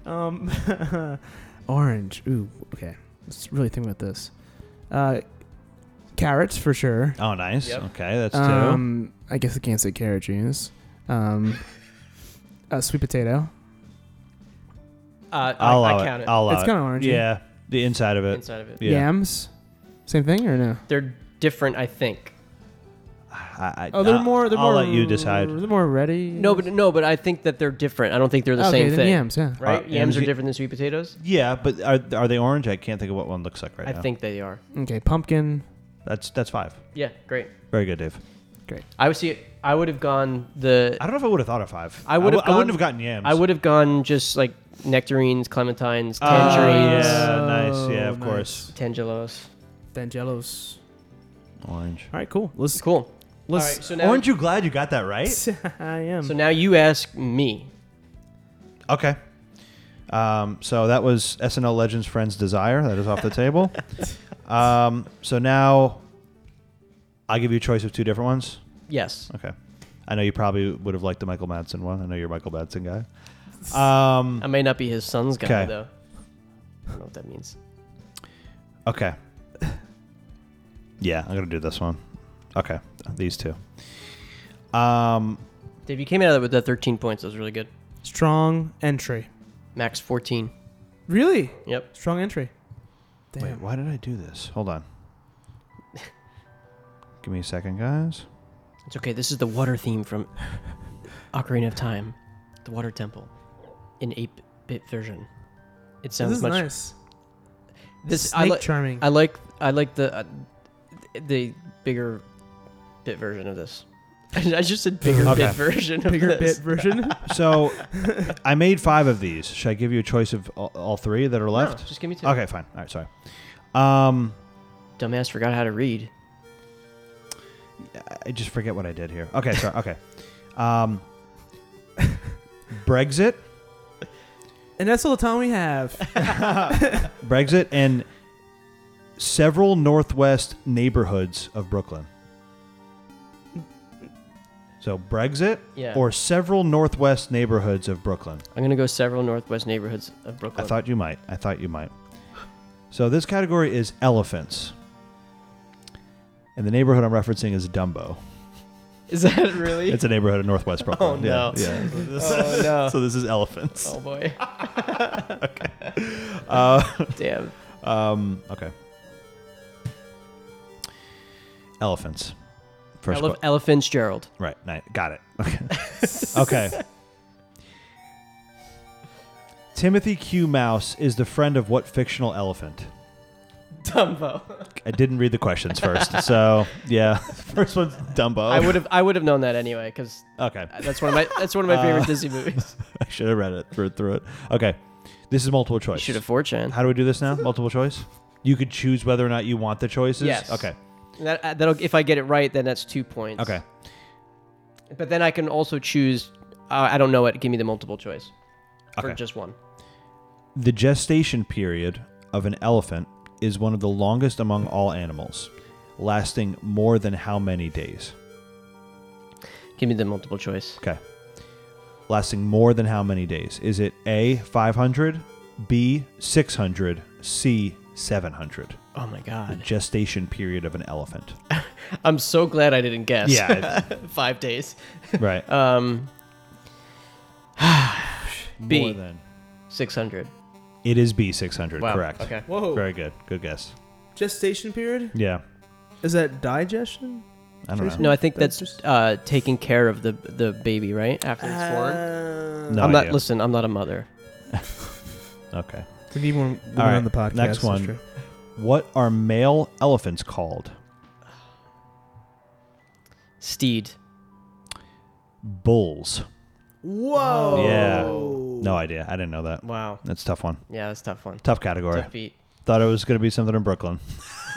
[SPEAKER 4] Um, orange. Ooh, okay. Let's really think about this. Uh, carrots for sure.
[SPEAKER 6] Oh, nice.
[SPEAKER 5] Yep.
[SPEAKER 6] Okay, that's two.
[SPEAKER 4] Um, I guess I can't say carrot juice. Um, uh, sweet potato.
[SPEAKER 5] Uh,
[SPEAKER 6] I'll
[SPEAKER 5] I,
[SPEAKER 6] allow
[SPEAKER 5] I
[SPEAKER 6] it.
[SPEAKER 5] count it.
[SPEAKER 6] I'll allow
[SPEAKER 4] It's
[SPEAKER 6] it.
[SPEAKER 4] kind of orangey.
[SPEAKER 6] Yeah, the inside of it.
[SPEAKER 5] inside of it.
[SPEAKER 6] Yeah.
[SPEAKER 4] Yams. Same thing or no?
[SPEAKER 5] They're different, I think.
[SPEAKER 6] I, I,
[SPEAKER 4] Oh, they're
[SPEAKER 6] I'll-
[SPEAKER 4] more. They're
[SPEAKER 6] I'll
[SPEAKER 4] more.
[SPEAKER 6] let you decide.
[SPEAKER 4] They're more ready.
[SPEAKER 5] Mm. No, but no, but I think that they're different. I don't think they're the
[SPEAKER 4] okay,
[SPEAKER 5] same
[SPEAKER 4] then
[SPEAKER 5] thing.
[SPEAKER 4] Yams. Yeah.
[SPEAKER 5] Right?
[SPEAKER 6] Uh,
[SPEAKER 5] Yams are
[SPEAKER 6] yams-
[SPEAKER 5] different than sweet potatoes.
[SPEAKER 6] Yeah, but are, are they orange? I can't think of what one looks like right
[SPEAKER 5] I
[SPEAKER 6] now.
[SPEAKER 5] think they are.
[SPEAKER 4] Okay. Pumpkin.
[SPEAKER 6] that's that's five.
[SPEAKER 5] Yeah, great.
[SPEAKER 6] Very good, Dave.
[SPEAKER 5] I would see. I would have gone the.
[SPEAKER 6] I don't know if I would have thought of five.
[SPEAKER 5] I would have
[SPEAKER 6] I wouldn't
[SPEAKER 5] gone-
[SPEAKER 6] have gotten yams.
[SPEAKER 5] I would have gone just like nectarines, clementines,
[SPEAKER 6] Oh,
[SPEAKER 5] tangerines,
[SPEAKER 6] yeah, nice. Yeah, of
[SPEAKER 4] Oh,
[SPEAKER 6] course.
[SPEAKER 5] tangelos.
[SPEAKER 4] Dangelos.
[SPEAKER 6] Orange.
[SPEAKER 4] All right. Cool. Let's.
[SPEAKER 5] Cool.
[SPEAKER 4] let's
[SPEAKER 5] All right. So now,
[SPEAKER 6] Aren't you glad you got that right?
[SPEAKER 4] I am.
[SPEAKER 5] so now you ask me.
[SPEAKER 6] Okay. Um, so that was SNL Legends Friends Desire. That is off the table. Um, so now I'll give you a choice of two different ones.
[SPEAKER 5] Yes.
[SPEAKER 6] Okay. I know you probably would have liked the Michael Madsen one. I know you're a Michael Madsen guy. Um,
[SPEAKER 5] I may not be his son's guy
[SPEAKER 6] 'Kay.
[SPEAKER 5] though. I don't know what that means.
[SPEAKER 6] okay. Yeah, I'm going to do this one. Okay. These two. Um,
[SPEAKER 5] Dave, you came out of it with that 13 points. That was really good.
[SPEAKER 4] Strong entry.
[SPEAKER 5] Max 14.
[SPEAKER 4] Really.
[SPEAKER 5] Yep.
[SPEAKER 4] Strong entry. Damn.
[SPEAKER 6] wait, why did I do this? Hold on. Give me a second, guys.
[SPEAKER 5] It's okay. This is the water theme from Ocarina of Time, the Water Temple, in 8-bit version. It sounds
[SPEAKER 4] this is
[SPEAKER 5] much.
[SPEAKER 4] nice.
[SPEAKER 5] This I
[SPEAKER 4] snake
[SPEAKER 5] like.
[SPEAKER 4] charming.
[SPEAKER 5] I like. I like the uh, the bigger bit version of this. I just said bigger
[SPEAKER 6] Okay.
[SPEAKER 5] bit version of
[SPEAKER 4] bigger bit
[SPEAKER 5] this.
[SPEAKER 4] version.
[SPEAKER 6] So I made five of these. Should I give you a choice of all, all three that are
[SPEAKER 5] No,
[SPEAKER 6] left?
[SPEAKER 5] just give me two.
[SPEAKER 6] okay, fine. All right, sorry. Um,
[SPEAKER 5] Dumbass forgot how to read.
[SPEAKER 6] I just forget what I did here. Okay, sorry. Okay. Um, Brexit,
[SPEAKER 4] and that's all the time we have.
[SPEAKER 6] Brexit, and several northwest neighborhoods of Brooklyn. So Brexit
[SPEAKER 5] Yeah.
[SPEAKER 6] or several northwest neighborhoods of Brooklyn.
[SPEAKER 5] I'm gonna go several northwest neighborhoods of
[SPEAKER 6] I
[SPEAKER 5] Brooklyn.
[SPEAKER 6] thought you might. I thought you might. So this category is elephants. And the neighborhood I'm referencing is Dumbo.
[SPEAKER 5] Is that really?
[SPEAKER 6] It's a neighborhood in Northwest Brooklyn.
[SPEAKER 5] Oh, no.
[SPEAKER 6] Yeah. yeah. So this-
[SPEAKER 5] Oh, no.
[SPEAKER 6] So this is elephants.
[SPEAKER 5] oh boy.
[SPEAKER 6] Uh,
[SPEAKER 5] Damn.
[SPEAKER 6] um, okay. Elephants. First
[SPEAKER 5] Ele-
[SPEAKER 6] que-
[SPEAKER 5] Elephants Gerald.
[SPEAKER 6] right. Nice. Got it. Okay. okay. Timothy Q. Mouse is the friend of what fictional elephant?
[SPEAKER 5] Dumbo.
[SPEAKER 6] I didn't read the questions first, so yeah. First one's Dumbo.
[SPEAKER 5] I would have. I would have known that anyway because
[SPEAKER 6] Okay,
[SPEAKER 5] that's one of my. That's one of my favorite
[SPEAKER 6] Uh,
[SPEAKER 5] Disney movies.
[SPEAKER 6] I should have read it through through it. Okay, this is multiple
[SPEAKER 5] You
[SPEAKER 6] choice.
[SPEAKER 5] should have fortune.
[SPEAKER 6] How do we do this now? Multiple choice. You could choose whether or not you want the choices.
[SPEAKER 5] Yes.
[SPEAKER 6] Okay.
[SPEAKER 5] That, uh, that'll. If I get it right, then that's two points.
[SPEAKER 6] Okay.
[SPEAKER 5] But then I can also choose. Uh, I don't know it. Give me the multiple choice for
[SPEAKER 6] Okay.
[SPEAKER 5] just one.
[SPEAKER 6] The gestation period of an elephant is one of the longest among all animals, lasting more than how many days?
[SPEAKER 5] Give me the multiple choice.
[SPEAKER 6] Okay. Lasting more than how many days? Is it A 500, B 600, C 700?
[SPEAKER 5] Oh my god.
[SPEAKER 6] gestation period of an elephant.
[SPEAKER 5] I'm so glad I didn't guess.
[SPEAKER 6] Yeah,
[SPEAKER 5] Five days.
[SPEAKER 6] right.
[SPEAKER 5] Um, B.
[SPEAKER 6] More than.
[SPEAKER 5] six hundred.
[SPEAKER 6] It is B six hundred.
[SPEAKER 5] Wow.
[SPEAKER 6] Correct.
[SPEAKER 5] Okay.
[SPEAKER 4] Whoa.
[SPEAKER 6] Very good. Good guess.
[SPEAKER 4] Gestation period?
[SPEAKER 6] Yeah.
[SPEAKER 4] Is that digestion?
[SPEAKER 6] I don't know.
[SPEAKER 5] No, I think
[SPEAKER 4] That's
[SPEAKER 5] that's
[SPEAKER 4] just-
[SPEAKER 5] uh, taking care of the the baby, right? After it's born.
[SPEAKER 4] Uh,
[SPEAKER 6] No.
[SPEAKER 5] I'm not.
[SPEAKER 6] idea.
[SPEAKER 5] Listen, I'm not a mother.
[SPEAKER 6] Okay.
[SPEAKER 4] We need one woman
[SPEAKER 6] right,
[SPEAKER 4] on the podcast.
[SPEAKER 6] next
[SPEAKER 4] that's
[SPEAKER 6] one.
[SPEAKER 4] true.
[SPEAKER 6] What are male elephants called?
[SPEAKER 5] Steed.
[SPEAKER 6] Bulls.
[SPEAKER 4] Whoa.
[SPEAKER 6] Yeah.
[SPEAKER 5] Oh.
[SPEAKER 6] No idea. I didn't know that.
[SPEAKER 5] Wow.
[SPEAKER 6] That's a tough one.
[SPEAKER 5] Yeah, that's a tough one.
[SPEAKER 6] Tough category.
[SPEAKER 5] Tough beat.
[SPEAKER 6] Thought it was going to be something in Brooklyn.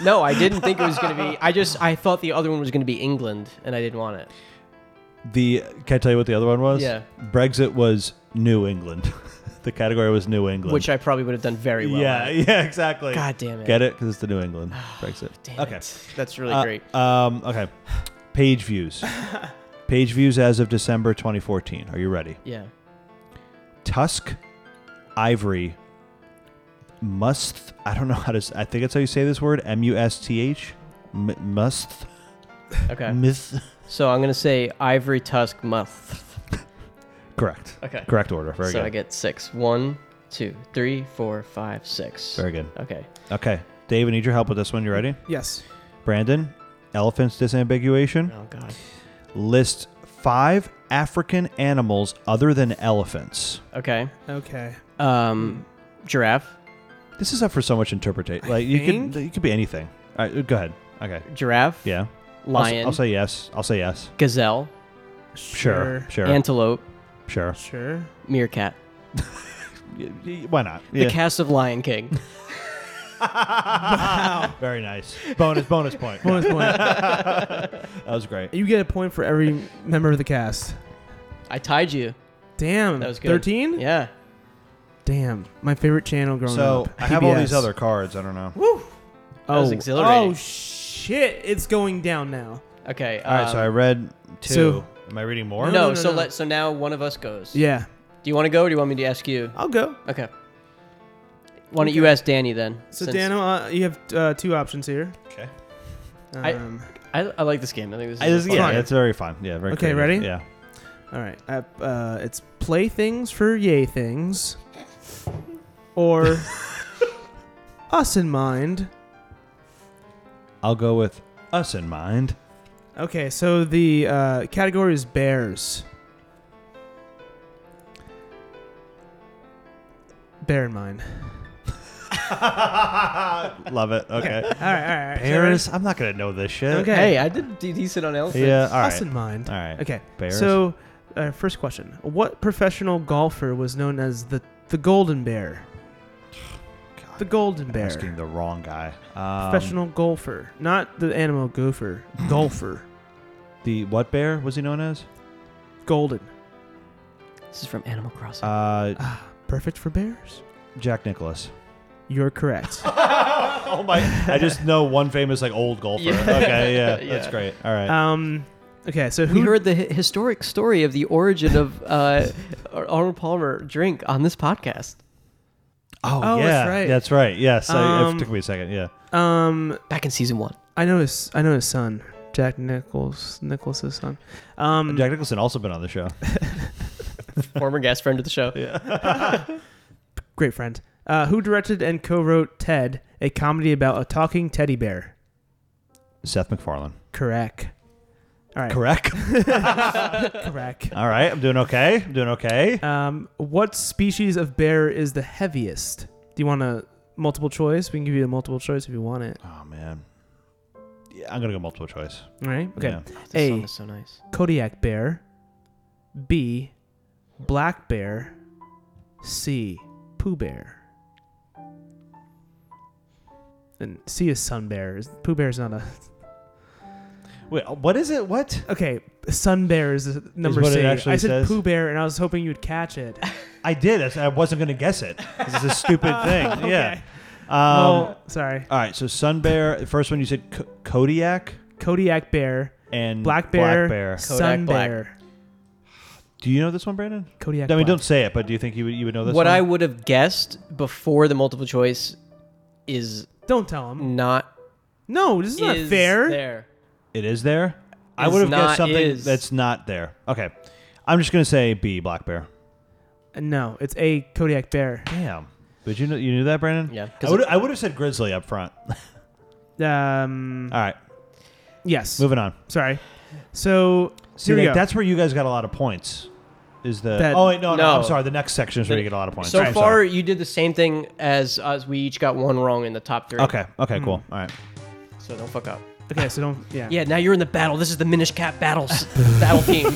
[SPEAKER 5] No, I didn't think it was gonna be. I just I thought the other one was gonna be England, and I didn't want it.
[SPEAKER 6] The can I tell you what the other one was?
[SPEAKER 5] Yeah.
[SPEAKER 6] Brexit was New England. the category was New England.
[SPEAKER 5] which I probably would have done very well.
[SPEAKER 6] yeah,
[SPEAKER 5] at.
[SPEAKER 6] yeah, exactly.
[SPEAKER 5] God damn it.
[SPEAKER 6] Get it? Because it's the New England Brexit.
[SPEAKER 5] Damn
[SPEAKER 6] okay.
[SPEAKER 5] it. That's really
[SPEAKER 6] Uh,
[SPEAKER 5] great.
[SPEAKER 6] Um, okay. Page views. Page views as of December 2014. Are you ready?
[SPEAKER 5] Yeah.
[SPEAKER 6] Tusk, Ivory, Must. I don't know how to. s- I think that's how you say this word. M U S T H. M- Must.
[SPEAKER 5] Okay.
[SPEAKER 6] Myth.
[SPEAKER 5] So I'm gonna say Ivory Tusk Muth.
[SPEAKER 6] Correct.
[SPEAKER 5] Okay.
[SPEAKER 6] Correct order. Very
[SPEAKER 5] so
[SPEAKER 6] good.
[SPEAKER 5] I get six. One, two, three, four, five, six.
[SPEAKER 6] Very good.
[SPEAKER 5] Okay.
[SPEAKER 6] Okay. Dave, I need your help with this one. You ready?
[SPEAKER 4] Yes.
[SPEAKER 6] Brandon, elephants disambiguation.
[SPEAKER 5] Oh god.
[SPEAKER 6] List five African animals other than elephants.
[SPEAKER 5] Okay.
[SPEAKER 4] Okay.
[SPEAKER 5] Um, giraffe.
[SPEAKER 6] This is up for so much interpretation. Like you
[SPEAKER 4] think-
[SPEAKER 6] could, you could be anything. All right, go ahead. Okay.
[SPEAKER 5] Giraffe.
[SPEAKER 6] Yeah. I'll s-
[SPEAKER 5] Lion.
[SPEAKER 6] I'll, say yes. I'll say yes.
[SPEAKER 5] gazelle.
[SPEAKER 6] Sure. Sure.
[SPEAKER 5] Antelope.
[SPEAKER 6] sure.
[SPEAKER 4] Sure.
[SPEAKER 5] Meerkat.
[SPEAKER 6] Y- y- Why not?
[SPEAKER 5] The cast of Lion King.
[SPEAKER 6] Very nice. Bonus. Bonus point.
[SPEAKER 4] Bonus point.
[SPEAKER 6] That was great.
[SPEAKER 4] You get a point for every member of the cast.
[SPEAKER 5] I tied you.
[SPEAKER 4] Damn.
[SPEAKER 5] That was good.
[SPEAKER 4] Thirteen.
[SPEAKER 5] Yeah.
[SPEAKER 4] Damn. My favorite channel growing
[SPEAKER 6] So
[SPEAKER 4] up.
[SPEAKER 6] I have all these
[SPEAKER 4] PBS.
[SPEAKER 6] other cards. I don't know.
[SPEAKER 4] Oh.
[SPEAKER 5] was exhilarating.
[SPEAKER 4] Oh shit! It's going down now.
[SPEAKER 5] Okay. Um,
[SPEAKER 6] All right. so I read two.
[SPEAKER 4] so-
[SPEAKER 6] Am I reading more?
[SPEAKER 5] No,
[SPEAKER 4] No, no,
[SPEAKER 5] so
[SPEAKER 4] no.
[SPEAKER 5] let so now one of us goes.
[SPEAKER 4] Yeah.
[SPEAKER 5] Do you want to go or do you want me to ask you?
[SPEAKER 4] I'll go.
[SPEAKER 5] Okay. Why don't you ask Danny then?
[SPEAKER 4] So
[SPEAKER 5] since-
[SPEAKER 4] Dano, uh, you have uh, two options here.
[SPEAKER 6] Okay.
[SPEAKER 5] I-
[SPEAKER 4] Um,
[SPEAKER 5] I, I like this game. I think this is
[SPEAKER 6] I just,
[SPEAKER 5] fun.
[SPEAKER 6] yeah, it's very fun. Yeah. Very.
[SPEAKER 4] Okay,
[SPEAKER 6] creative.
[SPEAKER 4] ready?
[SPEAKER 6] Yeah.
[SPEAKER 4] all right. Uh, uh, it's play things for yay things, or us in mind.
[SPEAKER 6] I'll go with us in mind.
[SPEAKER 4] Okay, so the uh, category is bears. Bear in mind.
[SPEAKER 6] Love it.
[SPEAKER 4] All right,
[SPEAKER 6] Okay.
[SPEAKER 4] all right. all right.
[SPEAKER 6] Bears. I'm not gonna know this shit.
[SPEAKER 4] Okay.
[SPEAKER 5] Hey, I did do decent on elephants.
[SPEAKER 6] Yeah. All
[SPEAKER 4] Us
[SPEAKER 6] right.
[SPEAKER 4] in mind.
[SPEAKER 6] All right.
[SPEAKER 4] Okay.
[SPEAKER 6] Bears.
[SPEAKER 4] So, uh, first question: What professional golfer was known as the the Golden Bear? The Golden Bear.
[SPEAKER 6] Asking the wrong guy. Um,
[SPEAKER 4] professional golfer, not the animal goofer. golfer.
[SPEAKER 6] The what bear was he known as?
[SPEAKER 4] Golden.
[SPEAKER 5] This is from Animal Crossing.
[SPEAKER 6] Uh,
[SPEAKER 4] Ah, perfect for bears.
[SPEAKER 6] Jack Nicholas.
[SPEAKER 4] You're correct.
[SPEAKER 6] oh my! I just know one famous like old golfer.
[SPEAKER 5] Yeah.
[SPEAKER 6] Okay, yeah, that's
[SPEAKER 5] Yeah.
[SPEAKER 6] great. All right.
[SPEAKER 4] um. Okay, so
[SPEAKER 5] we
[SPEAKER 4] who
[SPEAKER 5] heard the hi- historic story of the origin of uh, Arnold Palmer drink on this podcast.
[SPEAKER 6] oh,
[SPEAKER 4] oh,
[SPEAKER 6] yeah,
[SPEAKER 4] that's right.
[SPEAKER 6] That's right. Yes, I,
[SPEAKER 4] Um,
[SPEAKER 6] it took me a second. Yeah.
[SPEAKER 4] um
[SPEAKER 5] Back in season one.
[SPEAKER 4] I know his I know his son, Jack Nichols Nicholas's son. Um,
[SPEAKER 6] Jack Nicholson also been on the show.
[SPEAKER 5] Former guest friend of the show.
[SPEAKER 4] great friend. Uh, who directed and co-wrote Ted, a comedy about a talking teddy bear?
[SPEAKER 6] Seth MacFarlane.
[SPEAKER 4] Correct. All right.
[SPEAKER 6] Correct.
[SPEAKER 4] Correct.
[SPEAKER 6] All right. I'm doing okay. I'm doing okay.
[SPEAKER 4] Um, what species of bear is the heaviest? Do you want a multiple choice? We can give you a multiple choice if you want it.
[SPEAKER 6] Oh man. Yeah, I'm gonna go multiple choice.
[SPEAKER 4] All right. Okay.
[SPEAKER 6] Yeah.
[SPEAKER 5] This
[SPEAKER 4] Hey.
[SPEAKER 5] song is so nice.
[SPEAKER 4] Kodiak bear. B. Black bear. C. Pooh bear. And C is sun bear. Is- Pooh bear is not a
[SPEAKER 6] Wait, what is it? What?
[SPEAKER 4] okay. Sun bear is the number
[SPEAKER 6] what it
[SPEAKER 4] C. I
[SPEAKER 6] actually
[SPEAKER 4] said
[SPEAKER 6] says?
[SPEAKER 4] Poo Pooh bear, and I was hoping you'd catch it.
[SPEAKER 6] I did. I wasn't gonna guess it. This is a stupid thing. Yeah.
[SPEAKER 4] Okay.
[SPEAKER 6] Um,
[SPEAKER 4] Oh, sorry.
[SPEAKER 6] all right. So Sun Bear. The first one you said Co- Kodiak
[SPEAKER 4] Kodiak bear,
[SPEAKER 6] and
[SPEAKER 4] black bear,
[SPEAKER 6] Mm, Black bear.
[SPEAKER 4] sun
[SPEAKER 5] Kodak black.
[SPEAKER 4] bear,
[SPEAKER 6] Do you know this one, Brandon?
[SPEAKER 4] Kodiak.
[SPEAKER 6] I mean,
[SPEAKER 4] black.
[SPEAKER 6] don't say it, but do you think you would you would know this?
[SPEAKER 5] What
[SPEAKER 6] one?
[SPEAKER 5] I would have guessed before the multiple choice is
[SPEAKER 4] don't tell
[SPEAKER 6] Mm.
[SPEAKER 4] him.
[SPEAKER 5] not,
[SPEAKER 4] No, this is, not
[SPEAKER 5] is
[SPEAKER 4] fair.
[SPEAKER 5] there.
[SPEAKER 6] it is there. I
[SPEAKER 5] Is
[SPEAKER 6] would have
[SPEAKER 5] not
[SPEAKER 6] guessed something
[SPEAKER 5] is.
[SPEAKER 6] that's not there. Okay, I'm just gonna say B, black bear.
[SPEAKER 4] No, it's a Kodiak bear.
[SPEAKER 6] Damn. But you know you knew that, Brandon?
[SPEAKER 5] Yeah, 'cause
[SPEAKER 6] I would I would have said grizzly up front.
[SPEAKER 4] Um,
[SPEAKER 6] All right,
[SPEAKER 4] yes.
[SPEAKER 6] moving on.
[SPEAKER 4] Sorry. So
[SPEAKER 6] See,
[SPEAKER 4] here we
[SPEAKER 6] like,
[SPEAKER 4] go.
[SPEAKER 6] that's where you guys got a lot of points. Is the
[SPEAKER 4] That-
[SPEAKER 6] oh wait no, no
[SPEAKER 5] No.
[SPEAKER 6] I'm sorry the next section is where you get a lot of points.
[SPEAKER 5] So
[SPEAKER 6] I'm
[SPEAKER 5] far,
[SPEAKER 6] sorry.
[SPEAKER 5] you did the same thing as us. We each got one wrong in the top three.
[SPEAKER 6] okay okay cool all right
[SPEAKER 5] So don't fuck up.
[SPEAKER 4] okay. So don't. Yeah.
[SPEAKER 5] Yeah, now you're in the battle. This is the Minish Cat battles battle theme.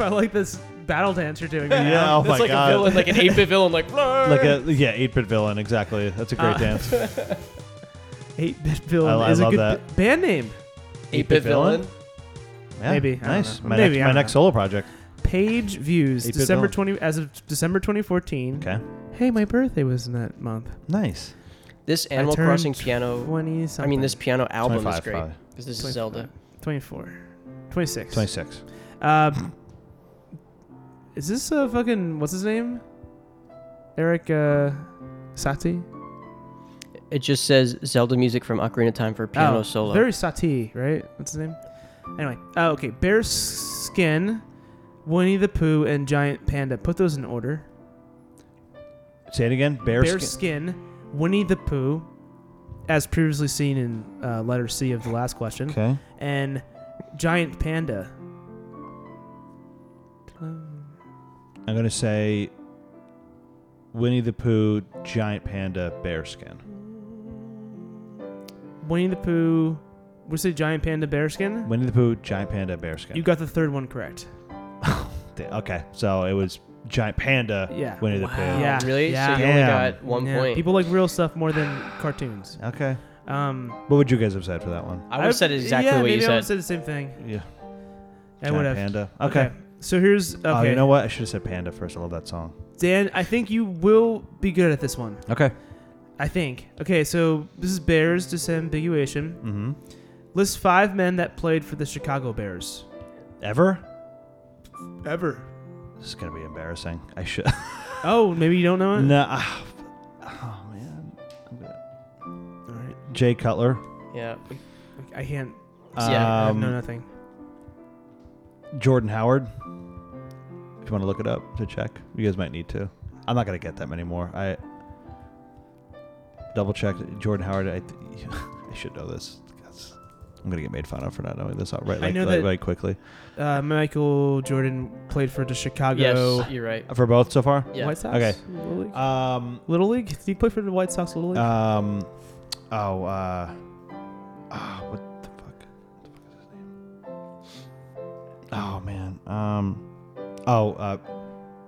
[SPEAKER 4] I like this battle dance you're doing.
[SPEAKER 6] yeah,
[SPEAKER 4] Right now.
[SPEAKER 6] oh my
[SPEAKER 5] like
[SPEAKER 6] god
[SPEAKER 5] a villain, like an eight bit villain, like
[SPEAKER 6] like a yeah eight bit villain exactly that's a great
[SPEAKER 4] Uh,
[SPEAKER 6] dance
[SPEAKER 4] Eight bit villain
[SPEAKER 6] I- I
[SPEAKER 4] is a
[SPEAKER 6] love
[SPEAKER 4] good
[SPEAKER 6] that.
[SPEAKER 4] b- band name.
[SPEAKER 5] eight bit villain.
[SPEAKER 6] Yeah,
[SPEAKER 4] Maybe. I don't
[SPEAKER 6] Nice.
[SPEAKER 4] know.
[SPEAKER 6] My,
[SPEAKER 4] Maybe,
[SPEAKER 6] next,
[SPEAKER 4] I
[SPEAKER 6] my
[SPEAKER 4] don't
[SPEAKER 6] next
[SPEAKER 4] know.
[SPEAKER 6] solo project.
[SPEAKER 4] Page views
[SPEAKER 6] Eight-bit
[SPEAKER 4] December
[SPEAKER 6] villain.
[SPEAKER 4] 20 as of December 2014.
[SPEAKER 6] Okay.
[SPEAKER 4] Hey, my birthday was in that month.
[SPEAKER 6] Nice.
[SPEAKER 5] This Animal
[SPEAKER 4] turned
[SPEAKER 5] Crossing piano.
[SPEAKER 4] 20 something.
[SPEAKER 5] I mean, this piano album is
[SPEAKER 6] 25,
[SPEAKER 5] great
[SPEAKER 6] probably.
[SPEAKER 5] because this is
[SPEAKER 4] 25.
[SPEAKER 5] Zelda.
[SPEAKER 4] 24. 26.
[SPEAKER 6] 26.
[SPEAKER 4] Um, is this a fucking what's his name? Eric uh, Satie.
[SPEAKER 5] It just says Zelda music from Ocarina of Time for piano
[SPEAKER 4] Oh,
[SPEAKER 5] solo.
[SPEAKER 4] Very Satie, right? What's his name? Anyway, oh, okay. Bear skin, Winnie the Pooh, and Giant Panda. Put those in order.
[SPEAKER 6] Say it again. Bear,
[SPEAKER 4] Bear,
[SPEAKER 6] skin.
[SPEAKER 4] skin. Winnie the Pooh, as previously seen in uh, letter C of the last question,
[SPEAKER 6] Okay.
[SPEAKER 4] and Giant Panda.
[SPEAKER 6] I'm going to say Winnie the Pooh, Giant Panda, Bear Skin.
[SPEAKER 4] Winnie the Pooh. We say Giant Panda, Bear skin.
[SPEAKER 6] Winnie the Pooh, Giant Panda, Bear Skin.
[SPEAKER 4] You got the third one correct.
[SPEAKER 6] okay. So it was Giant Panda,
[SPEAKER 4] Yeah.
[SPEAKER 6] Winnie the
[SPEAKER 5] Wow,
[SPEAKER 6] Pooh.
[SPEAKER 4] Yeah.
[SPEAKER 5] Really?
[SPEAKER 4] Yeah.
[SPEAKER 5] So you only
[SPEAKER 6] Damn.
[SPEAKER 5] got one
[SPEAKER 4] Yeah,
[SPEAKER 5] point.
[SPEAKER 4] People like real stuff more than cartoons.
[SPEAKER 6] Okay.
[SPEAKER 4] Um,
[SPEAKER 6] What would you guys have said for that one?
[SPEAKER 5] I would have said exactly
[SPEAKER 4] yeah,
[SPEAKER 5] what
[SPEAKER 4] maybe
[SPEAKER 5] you
[SPEAKER 4] I would
[SPEAKER 5] said.
[SPEAKER 4] said the same thing.
[SPEAKER 6] Yeah.
[SPEAKER 4] I would
[SPEAKER 6] Giant
[SPEAKER 4] have.
[SPEAKER 6] Panda. Okay.
[SPEAKER 4] So here's okay.
[SPEAKER 6] Oh, you know what? I should have said Panda first. I love that song.
[SPEAKER 4] Dan, I think you will be good at this one.
[SPEAKER 6] Okay.
[SPEAKER 4] I think. Okay, so this is Bears disambiguation.
[SPEAKER 6] Mm-hmm.
[SPEAKER 4] List five men that played for the Chicago Bears.
[SPEAKER 6] Ever?
[SPEAKER 4] Ever.
[SPEAKER 6] This is gonna be embarrassing. I should.
[SPEAKER 4] Oh, maybe you don't know it.
[SPEAKER 6] no. ah, f- Oh man.
[SPEAKER 4] All right.
[SPEAKER 6] Jay Cutler.
[SPEAKER 5] Yeah.
[SPEAKER 4] I can't. I have
[SPEAKER 6] Um,
[SPEAKER 4] no nothing.
[SPEAKER 6] Jordan Howard. If you want to look it up to check, you guys might need to. I'm not gonna get that many more. I double checked Jordan Howard. I, th- I should know this. That's- I'm gonna get made fun of for not knowing this outright.
[SPEAKER 4] I
[SPEAKER 6] Like,
[SPEAKER 4] know
[SPEAKER 6] like,
[SPEAKER 4] that-
[SPEAKER 6] like quickly
[SPEAKER 4] Uh, Michael Jordan played for the Chicago
[SPEAKER 5] Yes, you're right.
[SPEAKER 6] for both so far.
[SPEAKER 5] Yeah.
[SPEAKER 4] White Sox.
[SPEAKER 6] Okay.
[SPEAKER 4] Little League.
[SPEAKER 6] Um.
[SPEAKER 4] Little League? Did he play for the White Sox Little League?
[SPEAKER 6] Um. Oh. Uh. ah, what the fuck? What the fuck is his name? Oh man. Um. Oh. Uh.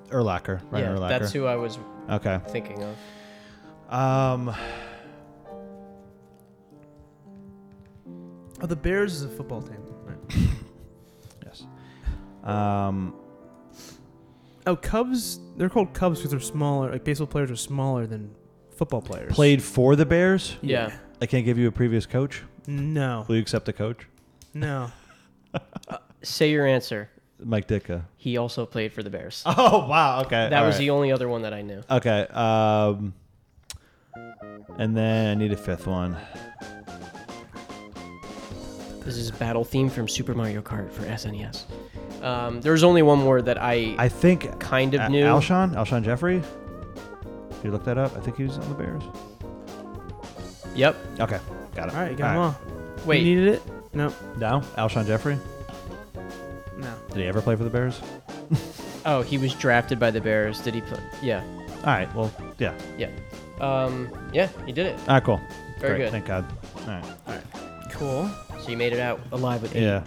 [SPEAKER 6] Erlacher. Ryan
[SPEAKER 5] yeah,
[SPEAKER 6] Urlacher.
[SPEAKER 5] that's who I was
[SPEAKER 6] Okay.
[SPEAKER 5] thinking of.
[SPEAKER 6] Um.
[SPEAKER 4] oh, the Bears is a football team.
[SPEAKER 6] Yes. Um.
[SPEAKER 4] Oh, Cubs. They're called Cubs because they're smaller. Like baseball players are smaller than football players.
[SPEAKER 6] Played for the Bears.
[SPEAKER 5] Yeah.
[SPEAKER 6] I can't give you a previous coach.
[SPEAKER 4] No.
[SPEAKER 6] Will you accept a coach?
[SPEAKER 4] No.
[SPEAKER 5] Say your answer.
[SPEAKER 6] Mike Ditka.
[SPEAKER 5] He also played for the Bears.
[SPEAKER 6] Oh wow. Okay.
[SPEAKER 5] that was the only other one that I knew.
[SPEAKER 6] the. Okay. Um. And then I need a fifth one.
[SPEAKER 5] This is battle theme from Super Mario Kart for E SNES. Um, there's only one more that I,
[SPEAKER 6] I think
[SPEAKER 5] kind of
[SPEAKER 6] A-
[SPEAKER 5] knew.
[SPEAKER 6] Alshon, Alshon Jeffrey. You look that up. I think he was on the Bears.
[SPEAKER 5] Yep.
[SPEAKER 6] Okay, got it.
[SPEAKER 4] All right, got them
[SPEAKER 5] Wait.
[SPEAKER 4] You needed it? No.
[SPEAKER 6] No, Alshon Jeffrey.
[SPEAKER 4] No.
[SPEAKER 6] Did he ever play for the Bears?
[SPEAKER 5] oh, he was drafted by the Bears. Did he play? Yeah.
[SPEAKER 6] All right. Well, yeah.
[SPEAKER 5] Yeah. Um, yeah, he did it.
[SPEAKER 6] All right. Cool.
[SPEAKER 5] Very
[SPEAKER 6] Great.
[SPEAKER 5] good.
[SPEAKER 6] Thank God. All right.
[SPEAKER 4] Cool.
[SPEAKER 5] So you made it out alive with eight.
[SPEAKER 6] Yeah.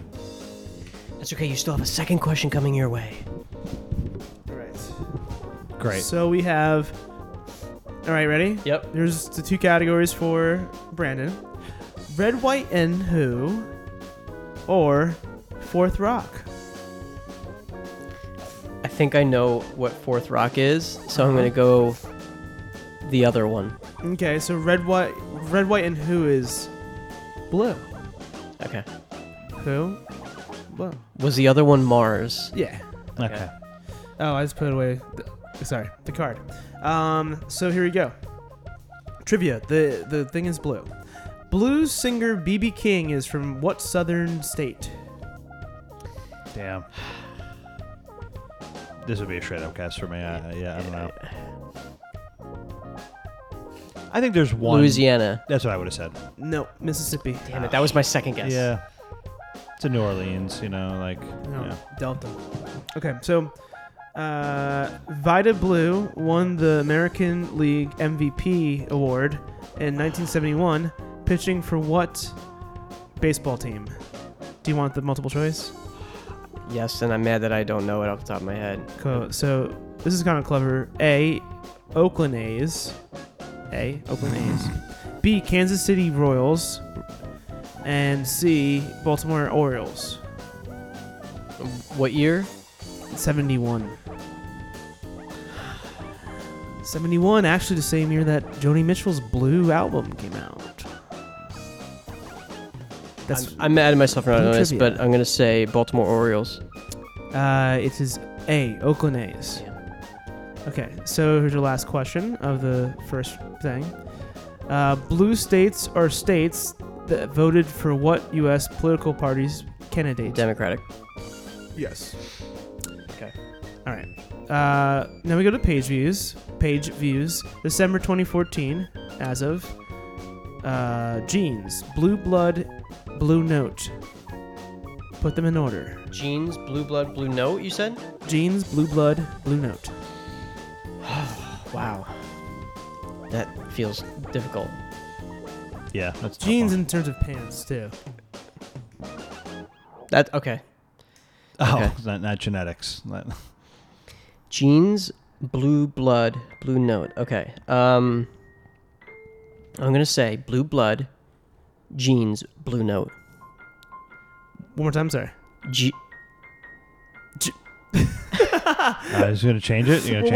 [SPEAKER 5] That's okay. You still have a second question coming your way.
[SPEAKER 4] All right.
[SPEAKER 6] Great.
[SPEAKER 4] So we have. All right, ready?
[SPEAKER 5] Yep.
[SPEAKER 4] There's the two categories for Brandon: red, white, and who, or fourth rock.
[SPEAKER 5] I think I know what fourth rock is, so I'm gonna go the other one.
[SPEAKER 4] Okay, so red, white, red, white, and who is blue.
[SPEAKER 5] Okay.
[SPEAKER 4] Who? Blue.
[SPEAKER 5] Was the other one Mars?
[SPEAKER 4] Yeah.
[SPEAKER 6] okay.
[SPEAKER 5] okay.
[SPEAKER 4] Oh, I just put away. The, sorry, the card. Um, so here we go. Trivia. The the thing is blue. Blues singer BB King is from what southern state?
[SPEAKER 6] Damn. This would be a straight up guess for me. I, yeah. I don't know. I think there's one.
[SPEAKER 5] Louisiana.
[SPEAKER 6] That's what I would have said.
[SPEAKER 4] No, Mississippi.
[SPEAKER 5] Damn it, that was my second guess.
[SPEAKER 6] Yeah. It's in New Orleans, you know, like.
[SPEAKER 4] No,
[SPEAKER 6] Yeah.
[SPEAKER 4] Delta. Okay, so uh, Vita Blue won the American League MVP award in 1971, pitching for what baseball team? Do you want the multiple choice?
[SPEAKER 5] Yes, and I'm mad that I don't know it off the top of my head.
[SPEAKER 4] Cool. So this is kind of clever. A, Oakland A's. A, Oakland A's. B, Kansas City Royals. And C, Baltimore Orioles.
[SPEAKER 5] What year?
[SPEAKER 4] 71. 71, actually the same year that Joni Mitchell's Blue album came out. That's
[SPEAKER 5] I'm mad at myself for not
[SPEAKER 4] Blue
[SPEAKER 5] knowing this,
[SPEAKER 4] trivia.
[SPEAKER 5] but I'm gonna say Baltimore Orioles.
[SPEAKER 4] uh, it is A, Oakland A's. Okay, so here's your last question of the first thing. Uh, blue states are states that voted for what U.S. political party's candidate?
[SPEAKER 5] Democratic.
[SPEAKER 4] Yes. Okay. All right. Uh, now we go to page views. Page views. December 2014, as of uh, jeans, blue blood, blue note. Put them in order.
[SPEAKER 5] Jeans, blue blood, blue note. You said?
[SPEAKER 4] Jeans, blue blood, blue note.
[SPEAKER 5] Wow. That feels difficult.
[SPEAKER 6] Yeah, that's a tough
[SPEAKER 4] Jeans
[SPEAKER 6] one.
[SPEAKER 4] in terms of pants too.
[SPEAKER 5] That okay.
[SPEAKER 6] Oh,
[SPEAKER 5] okay.
[SPEAKER 6] not, not genetics. Not-
[SPEAKER 5] Jeans, blue blood, blue note. Okay. Um, I'm gonna say blue blood, jeans, blue note.
[SPEAKER 4] One more time, sorry.
[SPEAKER 5] Je-
[SPEAKER 6] I was gonna change it. You're gonna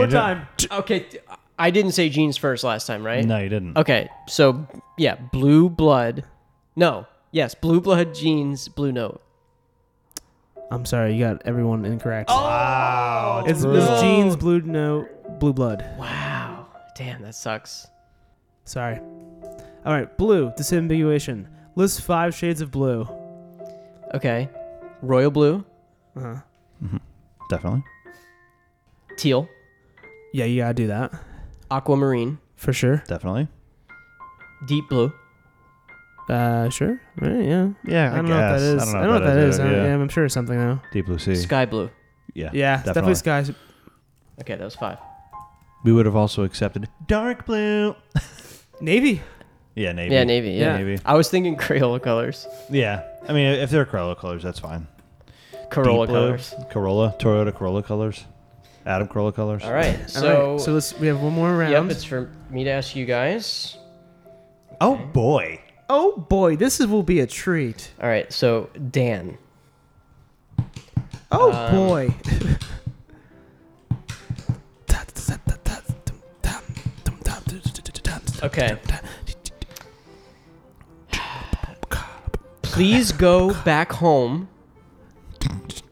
[SPEAKER 6] change
[SPEAKER 5] okay, th- I didn't say jeans first last time,
[SPEAKER 6] it.
[SPEAKER 5] right?
[SPEAKER 6] No, you didn't.
[SPEAKER 5] Okay, so yeah, blue blood. No, yes, blue blood, jeans, blue note.
[SPEAKER 4] I'm sorry, you got everyone incorrect.
[SPEAKER 6] Wow,
[SPEAKER 4] it's, it's jeans, blue note, blue blood.
[SPEAKER 5] Wow. Damn, that sucks.
[SPEAKER 4] Sorry. All right, blue disambiguation. List five shades of blue.
[SPEAKER 5] Okay, royal blue,
[SPEAKER 4] Uh-huh.
[SPEAKER 6] definitely.
[SPEAKER 5] teal,
[SPEAKER 4] Yeah, you gotta do that
[SPEAKER 5] aquamarine,
[SPEAKER 4] for sure.
[SPEAKER 6] Definitely.
[SPEAKER 5] deep blue.
[SPEAKER 4] Uh, sure. All right, yeah.
[SPEAKER 6] Yeah,
[SPEAKER 4] I, don't know what that is. I don't know what that is. I don't- yeah, I'm sure it's something though.
[SPEAKER 6] Deep blue sea.
[SPEAKER 5] Sky blue.
[SPEAKER 6] yeah,
[SPEAKER 4] Yeah, it's definitely skies.
[SPEAKER 5] Okay, that was five.
[SPEAKER 6] We would have also accepted dark blue.
[SPEAKER 4] Navy.
[SPEAKER 6] Yeah, navy.
[SPEAKER 5] Yeah, navy. Yeah.
[SPEAKER 6] navy.
[SPEAKER 5] I was thinking Crayola colors,
[SPEAKER 6] Yeah, I mean, if they're Corolla colors, that's fine.
[SPEAKER 5] Corolla
[SPEAKER 6] Deep blue,
[SPEAKER 5] colors.
[SPEAKER 6] Corolla, Toyota Corolla colors, Adam Corolla colors.
[SPEAKER 5] All right.
[SPEAKER 4] All
[SPEAKER 5] So,
[SPEAKER 4] right, so let's we have one more round.
[SPEAKER 5] yep, it's for me to ask you guys.
[SPEAKER 6] Oh boy.
[SPEAKER 4] oh boy, this is, will be a treat.
[SPEAKER 5] All right, so Dan,
[SPEAKER 4] Oh boy.
[SPEAKER 5] Okay. Please go back home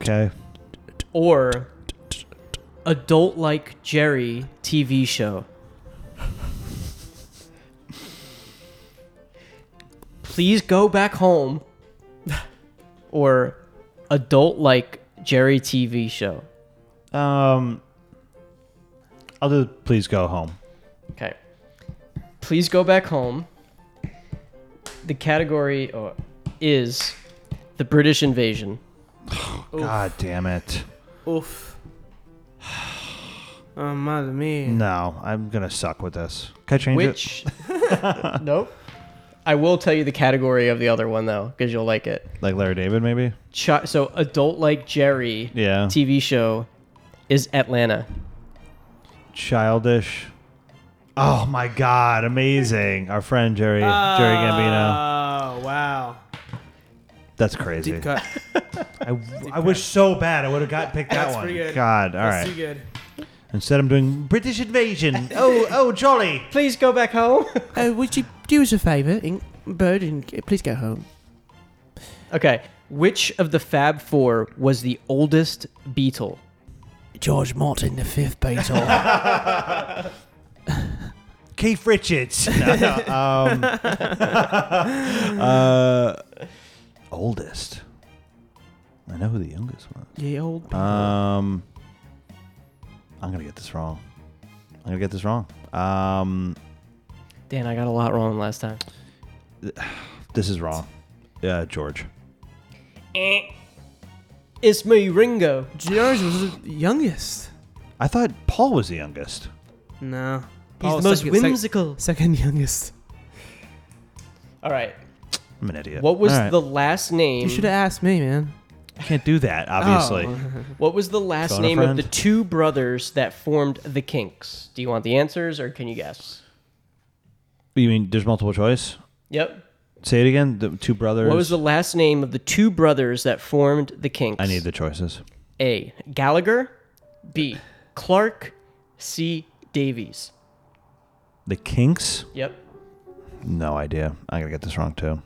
[SPEAKER 6] Okay.
[SPEAKER 5] or adult like Jerry TV show. Please go back home or adult like Jerry TV show.
[SPEAKER 6] Um, I'll do. Please go home.
[SPEAKER 5] Okay. Please go back home. The category uh, is the British invasion.
[SPEAKER 6] God damn it.
[SPEAKER 4] Oof. Oh mother me.
[SPEAKER 6] No, I'm gonna suck with this. Can I change it?
[SPEAKER 5] Which? nope. I will tell you the category of the other one though, because you'll like it.
[SPEAKER 6] Like Larry David, maybe?
[SPEAKER 5] Chi- so, adult like Jerry
[SPEAKER 6] Yeah.
[SPEAKER 5] TV show is Atlanta.
[SPEAKER 6] Childish. Oh my God! Amazing. Our friend Jerry Jerry
[SPEAKER 5] Uh,
[SPEAKER 6] Gambino.
[SPEAKER 4] Oh wow.
[SPEAKER 6] That's crazy.
[SPEAKER 4] Deep cut.
[SPEAKER 6] I, I wish so bad I would have got picked that
[SPEAKER 4] That's
[SPEAKER 6] one.
[SPEAKER 4] pretty good.
[SPEAKER 6] God, all
[SPEAKER 4] That's too
[SPEAKER 6] right.
[SPEAKER 4] good.
[SPEAKER 6] Instead, I'm doing British invasion. oh, oh, jolly.
[SPEAKER 5] Please go back home.
[SPEAKER 4] Uh,
[SPEAKER 3] Oh, would you do us a favor, Bird, and please go home?
[SPEAKER 5] okay. Which of the Fab Four was the oldest Beatle?
[SPEAKER 3] George Martin the fifth Beatle.
[SPEAKER 6] Keith Richards. No, no, um, uh, oldest. I know who the youngest was.
[SPEAKER 4] Yeah, old.
[SPEAKER 6] Um, I'm gonna get this wrong. I'm gonna get this wrong. Um,
[SPEAKER 5] Dan, I got a lot wrong last time.
[SPEAKER 6] this is wrong. Yeah, George.
[SPEAKER 5] Eh. It's me, Ringo.
[SPEAKER 4] George was the youngest.
[SPEAKER 6] I thought Paul was the youngest.
[SPEAKER 4] No.
[SPEAKER 5] He's
[SPEAKER 4] Oh,
[SPEAKER 5] the most
[SPEAKER 4] second- sec-
[SPEAKER 5] whimsical.
[SPEAKER 4] second youngest.
[SPEAKER 5] All right.
[SPEAKER 6] I'm an idiot.
[SPEAKER 5] What was
[SPEAKER 6] All right.
[SPEAKER 5] the last name?
[SPEAKER 4] You should have asked me, man.
[SPEAKER 6] Can't do
[SPEAKER 5] Oh.
[SPEAKER 6] that, obviously.
[SPEAKER 5] What was the last
[SPEAKER 6] Phone a
[SPEAKER 5] name of
[SPEAKER 6] friend?
[SPEAKER 5] the two brothers that formed the Kinks? Do you want the answers or can you guess?
[SPEAKER 6] You mean there's multiple choice?
[SPEAKER 5] Yep.
[SPEAKER 6] Say it again. The two brothers.
[SPEAKER 5] What was the last name of the two brothers that formed the Kinks?
[SPEAKER 6] I need the choices.
[SPEAKER 5] A. Gallagher. B. Clark. C. Davies.
[SPEAKER 6] The Kinks.
[SPEAKER 5] Yep.
[SPEAKER 6] No idea. I'm gonna get this wrong too.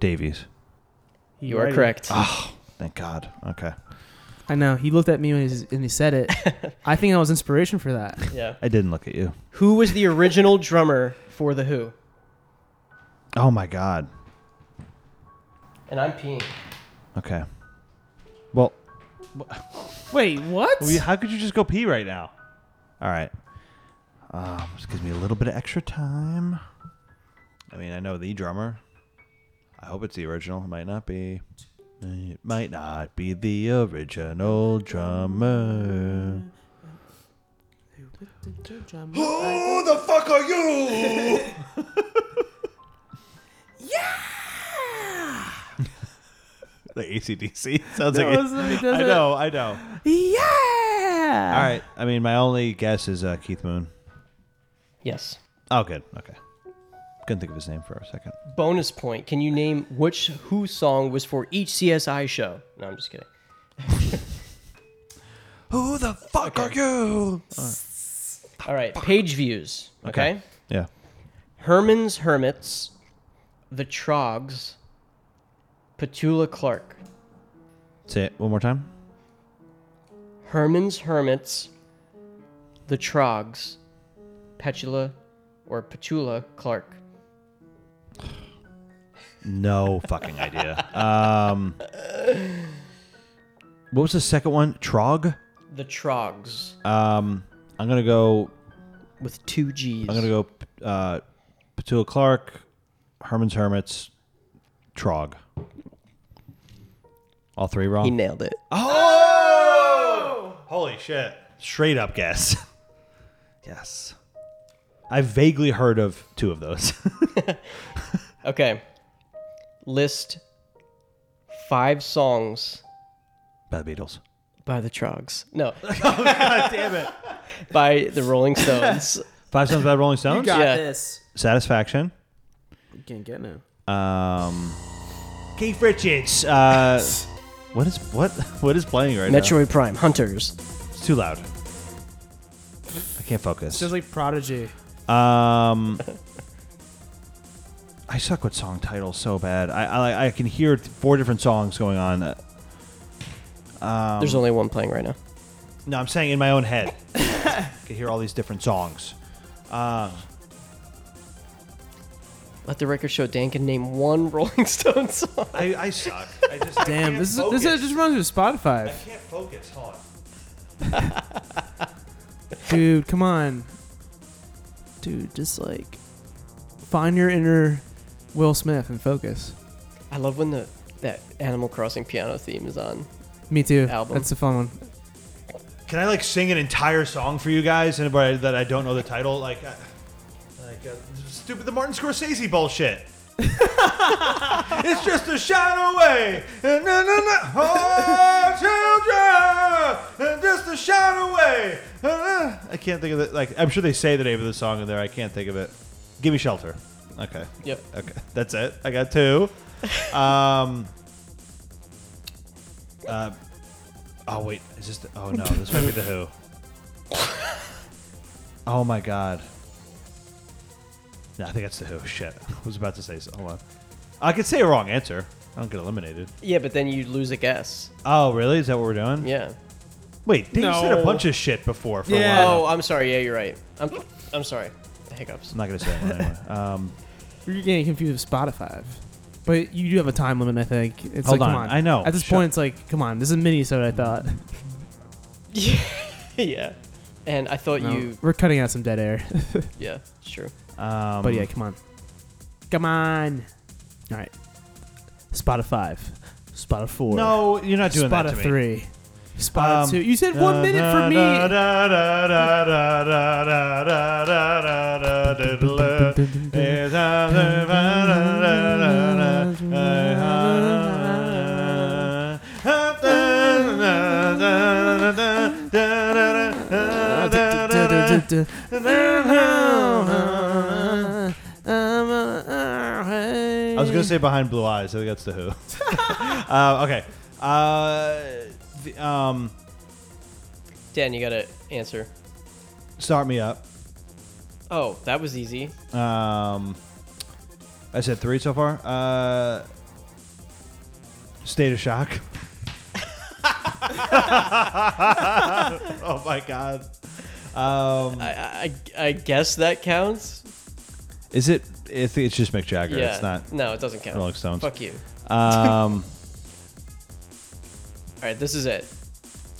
[SPEAKER 6] Davies.
[SPEAKER 5] You are correct.
[SPEAKER 6] Ah. Thank God. Okay.
[SPEAKER 4] I know. He looked at me when he, s- and he said it. I think I was inspiration for that.
[SPEAKER 5] Yeah.
[SPEAKER 6] I didn't look at you.
[SPEAKER 5] Who was the original drummer for The Who?
[SPEAKER 6] Oh my God.
[SPEAKER 5] And I'm peeing.
[SPEAKER 6] Okay. Well,
[SPEAKER 4] Wait, what?
[SPEAKER 6] we- how could you just go pee right now? All right. Um, this gives me a little bit of extra time. I mean, I know the drummer. I hope it's the original. It might not be. It might not be the original drummer. Who the fuck are you? yeah. the ACDC sounds like it. I know, I know.
[SPEAKER 4] Yeah.
[SPEAKER 6] All right. I mean, my only guess is uh, Keith Moon.
[SPEAKER 5] Yes.
[SPEAKER 6] Oh, good. Okay. Couldn't think of his name for a second.
[SPEAKER 5] Bonus point. Can you name which Who song was for each CSI show? No, I'm just kidding.
[SPEAKER 6] Who the fuck are you?
[SPEAKER 5] All right. Page views. Okay.
[SPEAKER 6] Yeah.
[SPEAKER 5] Herman's Hermits. The Trogs. Petula Clark.
[SPEAKER 6] Say it one more time.
[SPEAKER 5] Herman's Hermits. The Trogs. Petula or Petula Clark.
[SPEAKER 6] No fucking idea. um, what was the second one? Trog.
[SPEAKER 5] The Trogs.
[SPEAKER 6] Um, I'm gonna go.
[SPEAKER 5] with two G's.
[SPEAKER 6] I'm gonna go. Uh, Petula Clark, Herman's Hermits, Trog. All three wrong.
[SPEAKER 5] He nailed it.
[SPEAKER 6] Oh! Holy shit. Straight up guess. yes. I vaguely heard of two of those.
[SPEAKER 5] Okay. List five songs
[SPEAKER 6] By the Beatles.
[SPEAKER 5] by the Trogs. No. oh, God damn it. By the Rolling Stones.
[SPEAKER 6] Five Songs by the Rolling Stones.
[SPEAKER 5] Yeah.
[SPEAKER 4] this.
[SPEAKER 6] Satisfaction.
[SPEAKER 4] You can't get no.
[SPEAKER 6] Um, Keith Richards. Uh, what is what what is playing right now?
[SPEAKER 5] Metroid Prime, Hunters.
[SPEAKER 6] It's too loud. I can't focus.
[SPEAKER 4] Sounds like Prodigy.
[SPEAKER 6] Um, I suck with song titles so bad. I I, I can hear four different songs going on. Uh,
[SPEAKER 5] There's only one playing right now.
[SPEAKER 6] No, I'm saying in my own head. I can hear all these different songs.
[SPEAKER 5] Let the record show Dan can name one Rolling Stone song.
[SPEAKER 6] I, I suck. I just
[SPEAKER 4] Damn, this is this is, just reminds me of Spotify.
[SPEAKER 6] can't focus. Hold on.
[SPEAKER 4] Dude, come on. Dude, just like find your inner Will Smith and focus.
[SPEAKER 5] I love when the that Animal Crossing piano theme is on.
[SPEAKER 4] Me too.
[SPEAKER 5] Album.
[SPEAKER 4] That's a fun one.
[SPEAKER 6] Can I like sing an entire song for you guys? Anybody that I don't know the title, like, uh, like uh, stupid the Martin Scorsese bullshit. it's just a shot away, and no, no, no, oh, children, and just a shot away. Uh, uh. I can't think of it. Like, I'm sure they say the name of the song in there. I can't think of it. Give me shelter. Okay.
[SPEAKER 5] Yep.
[SPEAKER 6] Okay. That's it. I got two. Um. Uh, oh wait, is this? The, oh no, this might be the Who. Oh my God. No, I think that's the Who. Shit, I was about to say. So, hold on. I could say a wrong answer. I don't get eliminated.
[SPEAKER 5] Yeah, but then you lose a guess.
[SPEAKER 6] Oh really? Is that what we're doing?
[SPEAKER 5] Yeah.
[SPEAKER 6] Wait, they said a
[SPEAKER 4] No.
[SPEAKER 6] bunch of shit before. For
[SPEAKER 4] Yeah.
[SPEAKER 6] a while.
[SPEAKER 5] Oh, I'm sorry. Yeah, you're right. I'm, I'm sorry. Hiccups.
[SPEAKER 6] I'm not gonna say it anyway. Um,
[SPEAKER 4] You're getting confused with Spotify. But you do have a time limit, I think. It's
[SPEAKER 6] Hold
[SPEAKER 4] like,
[SPEAKER 6] on,
[SPEAKER 4] come on.
[SPEAKER 6] I know.
[SPEAKER 4] At this
[SPEAKER 6] Shut-
[SPEAKER 4] point, it's like, come on, this is a mini so I thought.
[SPEAKER 5] yeah. And I thought
[SPEAKER 4] No,
[SPEAKER 5] you.
[SPEAKER 4] We're cutting out some dead air.
[SPEAKER 5] Yeah, it's true.
[SPEAKER 6] um,
[SPEAKER 4] but yeah, come on. Come on. All right. Spot of five. Spot of four.
[SPEAKER 6] No, you're not doing
[SPEAKER 4] Spot
[SPEAKER 6] that
[SPEAKER 4] of
[SPEAKER 6] to me.
[SPEAKER 4] three. Spot of
[SPEAKER 6] Um,
[SPEAKER 4] two. You said one minute for me.
[SPEAKER 6] I was gonna say behind blue eyes. I think that's the Who. uh, okay. Uh, the, um,
[SPEAKER 5] Dan, you gotta answer.
[SPEAKER 6] start me up.
[SPEAKER 5] Oh, that was easy.
[SPEAKER 6] Um, I said three so far. Uh, state of shock. oh my god. Um,
[SPEAKER 5] I I, I guess that counts.
[SPEAKER 6] is it? I think it's just Mick Jagger. It's not.
[SPEAKER 5] No, it doesn't count.
[SPEAKER 6] Rolling Stones.
[SPEAKER 5] Fuck you.
[SPEAKER 6] Um,
[SPEAKER 5] All right, this is it.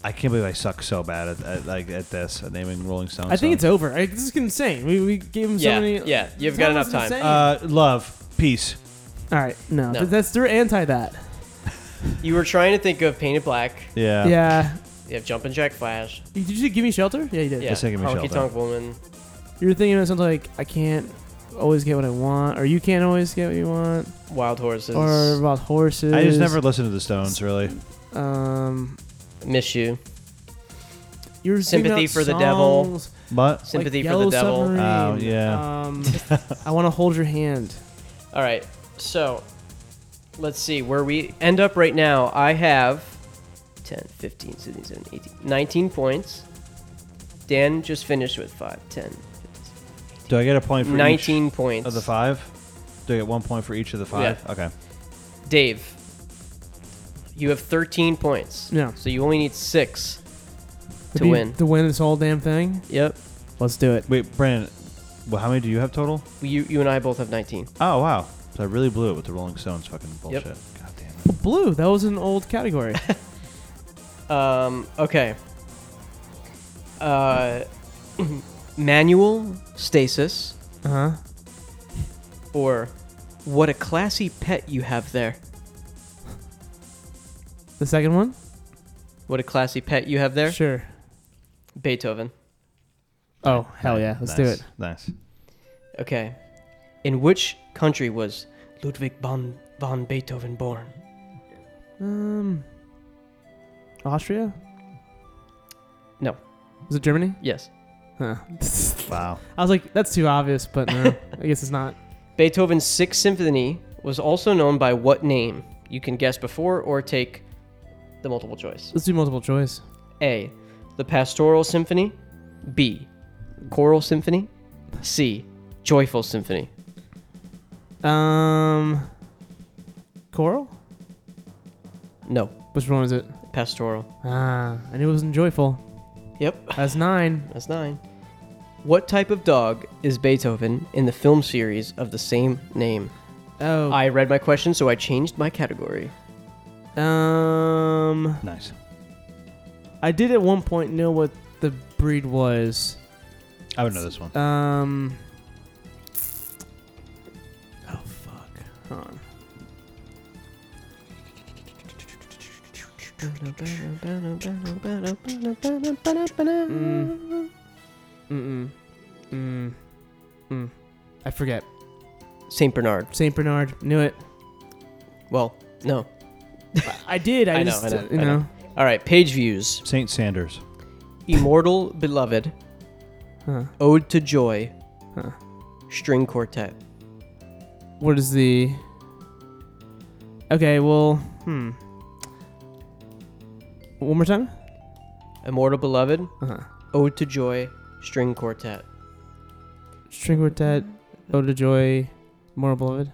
[SPEAKER 6] I can't believe I suck so bad at, at like at this at naming Rolling Stones.
[SPEAKER 4] I think it's
[SPEAKER 6] songs.
[SPEAKER 4] over. I, this is insane. We, we gave him
[SPEAKER 5] Yeah,
[SPEAKER 4] so many.
[SPEAKER 5] yeah, you've
[SPEAKER 4] That
[SPEAKER 5] got
[SPEAKER 4] was
[SPEAKER 5] enough time.
[SPEAKER 4] insane.
[SPEAKER 6] uh, love, peace.
[SPEAKER 4] All right, no,
[SPEAKER 5] No.
[SPEAKER 4] th- that's they're anti that.
[SPEAKER 5] You were trying to think of painted black.
[SPEAKER 6] Yeah.
[SPEAKER 4] Yeah.
[SPEAKER 5] You have jumping jack flash.
[SPEAKER 4] Did you give me shelter? Yeah, you did.
[SPEAKER 5] Yeah,
[SPEAKER 6] Just thinking of
[SPEAKER 5] honky
[SPEAKER 6] Michelle,
[SPEAKER 5] tonk woman.
[SPEAKER 4] You were thinking of something like I can't always get what I want, or you can't always get what you want,
[SPEAKER 5] Wild horses.
[SPEAKER 4] or about horses.
[SPEAKER 6] I just never listened to the Stones really.
[SPEAKER 4] Um,
[SPEAKER 5] miss you.
[SPEAKER 4] you were thinking
[SPEAKER 5] Sympathy
[SPEAKER 4] about
[SPEAKER 5] for the Devil.
[SPEAKER 4] songs
[SPEAKER 6] But
[SPEAKER 4] like
[SPEAKER 5] Sympathy for
[SPEAKER 4] Yellow
[SPEAKER 5] the devil.
[SPEAKER 4] Submarine,
[SPEAKER 6] Oh, yeah.
[SPEAKER 4] Um, I want to hold your hand.
[SPEAKER 5] All right. So let's see where we end up right now. I have 10, 15, 16, 17, 18, 19 points. Dan just finished with 5, 10, 15,
[SPEAKER 6] do I get a point for each
[SPEAKER 5] 19 points.
[SPEAKER 6] of the five? Do I get one point for each of the five? Okay.
[SPEAKER 5] Dave, you have 13 points.
[SPEAKER 4] Yeah.
[SPEAKER 5] So you only need six
[SPEAKER 4] To,
[SPEAKER 5] to
[SPEAKER 4] be-
[SPEAKER 5] win.
[SPEAKER 4] To win this whole damn thing.
[SPEAKER 5] Yep.
[SPEAKER 4] Let's do it.
[SPEAKER 6] Wait, Brandon. Well, how many do you have total?
[SPEAKER 5] You, you and I both have 19.
[SPEAKER 6] Oh wow! So I really blew it with the Rolling Stones fucking bullshit. God damn it!
[SPEAKER 4] Blue. That was an old category.
[SPEAKER 5] Um, okay. Uh, manual stasis
[SPEAKER 6] Uh-huh.
[SPEAKER 4] uh huh.
[SPEAKER 5] or what a classy pet you have there.
[SPEAKER 4] The second one.
[SPEAKER 5] What a classy pet you have there.
[SPEAKER 4] Sure.
[SPEAKER 5] Beethoven.
[SPEAKER 4] Oh hell yeah! Let's do
[SPEAKER 6] Nice,
[SPEAKER 4] it.
[SPEAKER 6] Nice.
[SPEAKER 5] Okay. In which country was Ludwig von, von Beethoven born?
[SPEAKER 4] Um, Austria.
[SPEAKER 5] No.
[SPEAKER 4] Was it Germany?
[SPEAKER 5] Yes.
[SPEAKER 4] Huh.
[SPEAKER 6] Wow.
[SPEAKER 4] I was like, that's too obvious, but no, I guess it's not.
[SPEAKER 5] Beethoven's Sixth Symphony was also known by what name? You can guess before or take the multiple choice.
[SPEAKER 4] Let's do multiple choice.
[SPEAKER 5] A. The Pastoral Symphony. B. Choral Symphony. C. Joyful Symphony.
[SPEAKER 4] Um, choral.
[SPEAKER 5] No.
[SPEAKER 4] Which one was it?
[SPEAKER 5] Pastoral.
[SPEAKER 4] Ah, I knew it wasn't joyful.
[SPEAKER 5] Yep.
[SPEAKER 4] That's nine.
[SPEAKER 5] That's nine. What type of dog is Beethoven in the film series of the same name?
[SPEAKER 4] Oh,
[SPEAKER 5] I read my question, so I changed my category.
[SPEAKER 4] um,
[SPEAKER 6] Nice.
[SPEAKER 4] I did at one point know what the breed was.
[SPEAKER 6] I would know this one.
[SPEAKER 4] Um, oh fuck, hold on. Mm. Mm-mm. Mm. Mm. I forget.
[SPEAKER 5] Saint Bernard.
[SPEAKER 4] Saint Bernard knew it.
[SPEAKER 5] Well, no.
[SPEAKER 4] I, I did. I,
[SPEAKER 5] I know,
[SPEAKER 4] just
[SPEAKER 5] I know,
[SPEAKER 4] you
[SPEAKER 5] I
[SPEAKER 4] know.
[SPEAKER 5] know. All right. Page views.
[SPEAKER 6] Saint Sanders.
[SPEAKER 5] Immortal Beloved.
[SPEAKER 4] Huh.
[SPEAKER 5] Ode to Joy.
[SPEAKER 4] Huh.
[SPEAKER 5] String Quartet.
[SPEAKER 4] What is the? Okay. Well. Hmm. One more time.
[SPEAKER 5] Immortal Beloved.
[SPEAKER 4] Uh huh.
[SPEAKER 5] Ode to Joy. String Quartet.
[SPEAKER 4] String quartet. Ode to joy. Moral beloved.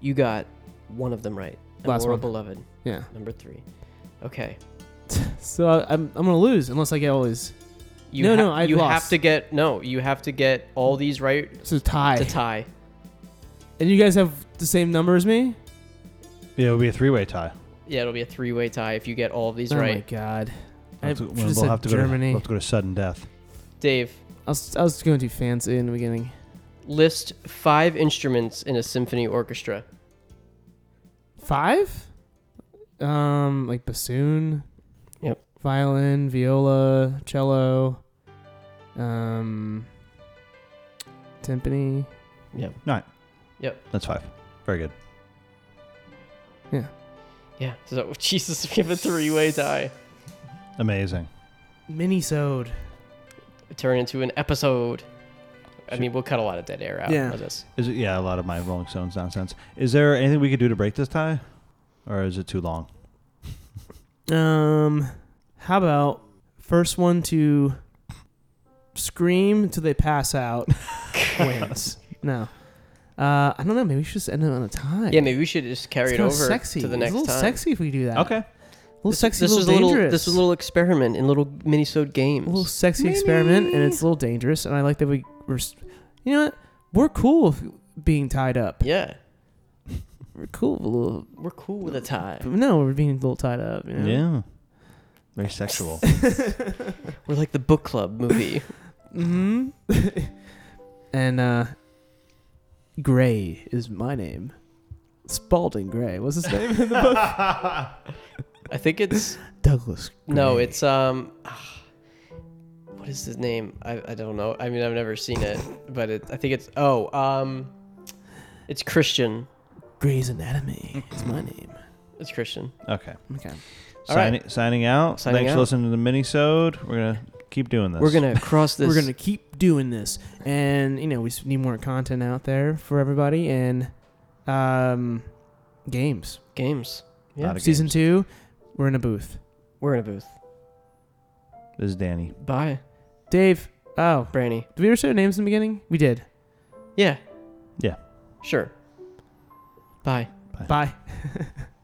[SPEAKER 5] You got one of them right.
[SPEAKER 4] Last
[SPEAKER 5] Immortal
[SPEAKER 4] one.
[SPEAKER 5] Beloved.
[SPEAKER 4] Yeah.
[SPEAKER 5] Number three. Okay.
[SPEAKER 4] So I, I'm I'm gonna lose unless I get all these.
[SPEAKER 5] You
[SPEAKER 4] No, no, I
[SPEAKER 5] You have
[SPEAKER 4] lost. Mm.
[SPEAKER 5] to get no. You have to get all these right
[SPEAKER 4] This is tie.
[SPEAKER 5] to tie.
[SPEAKER 4] and you guys have the same number as me.
[SPEAKER 6] Yeah, it would be a three-way tie.
[SPEAKER 5] Yeah, it'll be a three-way tie if you get all of these
[SPEAKER 4] oh my
[SPEAKER 5] right.
[SPEAKER 4] god. I
[SPEAKER 6] We'll have to-
[SPEAKER 4] should've
[SPEAKER 6] we'll
[SPEAKER 4] said
[SPEAKER 6] have to go to-
[SPEAKER 4] Germany.
[SPEAKER 6] we'll have to go to sudden death.
[SPEAKER 5] Dave,
[SPEAKER 4] I was I was going too fancy in the beginning.
[SPEAKER 5] list five instruments in a symphony orchestra.
[SPEAKER 4] Five? Um, like bassoon.
[SPEAKER 5] Yep.
[SPEAKER 4] Violin, viola, cello, um, timpani.
[SPEAKER 6] That's five. Very good.
[SPEAKER 5] Yeah. So Jesus, we have a three-way tie.
[SPEAKER 6] Amazing.
[SPEAKER 4] Minisode.
[SPEAKER 5] Turn into an episode. I mean, we'll cut a lot of dead air out
[SPEAKER 4] Yeah.
[SPEAKER 5] of this.
[SPEAKER 6] Is it? Yeah, a lot of my Rolling Stones nonsense. Is there anything we could do to break this tie, or is it too long?
[SPEAKER 4] Um, how about first one to scream until they pass out wins? No. Uh, I don't know. Maybe we should just end it on a time.
[SPEAKER 5] Yeah, maybe we should just carry
[SPEAKER 4] it's
[SPEAKER 5] it
[SPEAKER 4] kinda
[SPEAKER 5] over
[SPEAKER 4] sexy.
[SPEAKER 5] to the
[SPEAKER 4] It's
[SPEAKER 5] next
[SPEAKER 4] a little
[SPEAKER 5] time.
[SPEAKER 4] sexy if we do that.
[SPEAKER 6] Okay.
[SPEAKER 4] A little sexy.
[SPEAKER 5] This
[SPEAKER 4] a
[SPEAKER 5] was
[SPEAKER 4] little
[SPEAKER 5] a little.
[SPEAKER 4] dangerous.
[SPEAKER 5] This was a little experiment in little minisode games.
[SPEAKER 4] a little sexy experiment, and it's a little dangerous. And I like that we were, s- you know what? We're cool with being tied up.
[SPEAKER 5] yeah,
[SPEAKER 4] We're cool with a little.
[SPEAKER 5] we're cool with a tie.
[SPEAKER 4] No, we're being a little tied up. You
[SPEAKER 6] Yeah.
[SPEAKER 4] know?
[SPEAKER 6] Very sexual.
[SPEAKER 5] We're like the book club movie.
[SPEAKER 4] hmm and uh, Gray is my name. Spalding Gray. What's his name in the book?
[SPEAKER 5] I think it's
[SPEAKER 4] Douglas.
[SPEAKER 5] no,
[SPEAKER 4] Gray.
[SPEAKER 5] it's um, ah, what is his name? I, I don't know. I mean, I've never seen it, but it, I think it's oh um, it's Christian.
[SPEAKER 4] Gray's Anatomy. It's my name.
[SPEAKER 5] It's Christian.
[SPEAKER 6] okay.
[SPEAKER 4] Okay.
[SPEAKER 5] All
[SPEAKER 6] Sign,
[SPEAKER 5] right.
[SPEAKER 6] Signing out.
[SPEAKER 5] Signing
[SPEAKER 6] Thanks
[SPEAKER 5] out.
[SPEAKER 6] for listening to the mini-sode. We're gonna keep doing this.
[SPEAKER 5] We're gonna cross this.
[SPEAKER 4] We're gonna keep doing this, and you know we s- need more content out there for everybody, and um, games.
[SPEAKER 5] games.
[SPEAKER 6] Lot
[SPEAKER 5] Yeah.
[SPEAKER 6] of
[SPEAKER 4] Season
[SPEAKER 6] games.
[SPEAKER 4] two, we're in a booth.
[SPEAKER 5] We're in a booth.
[SPEAKER 6] This is Danny.
[SPEAKER 5] Bye,
[SPEAKER 4] Dave. Oh,
[SPEAKER 5] Branny.
[SPEAKER 4] did we ever say our names in the beginning? We did.
[SPEAKER 5] Yeah.
[SPEAKER 6] Yeah.
[SPEAKER 5] Sure. Bye.
[SPEAKER 4] Bye.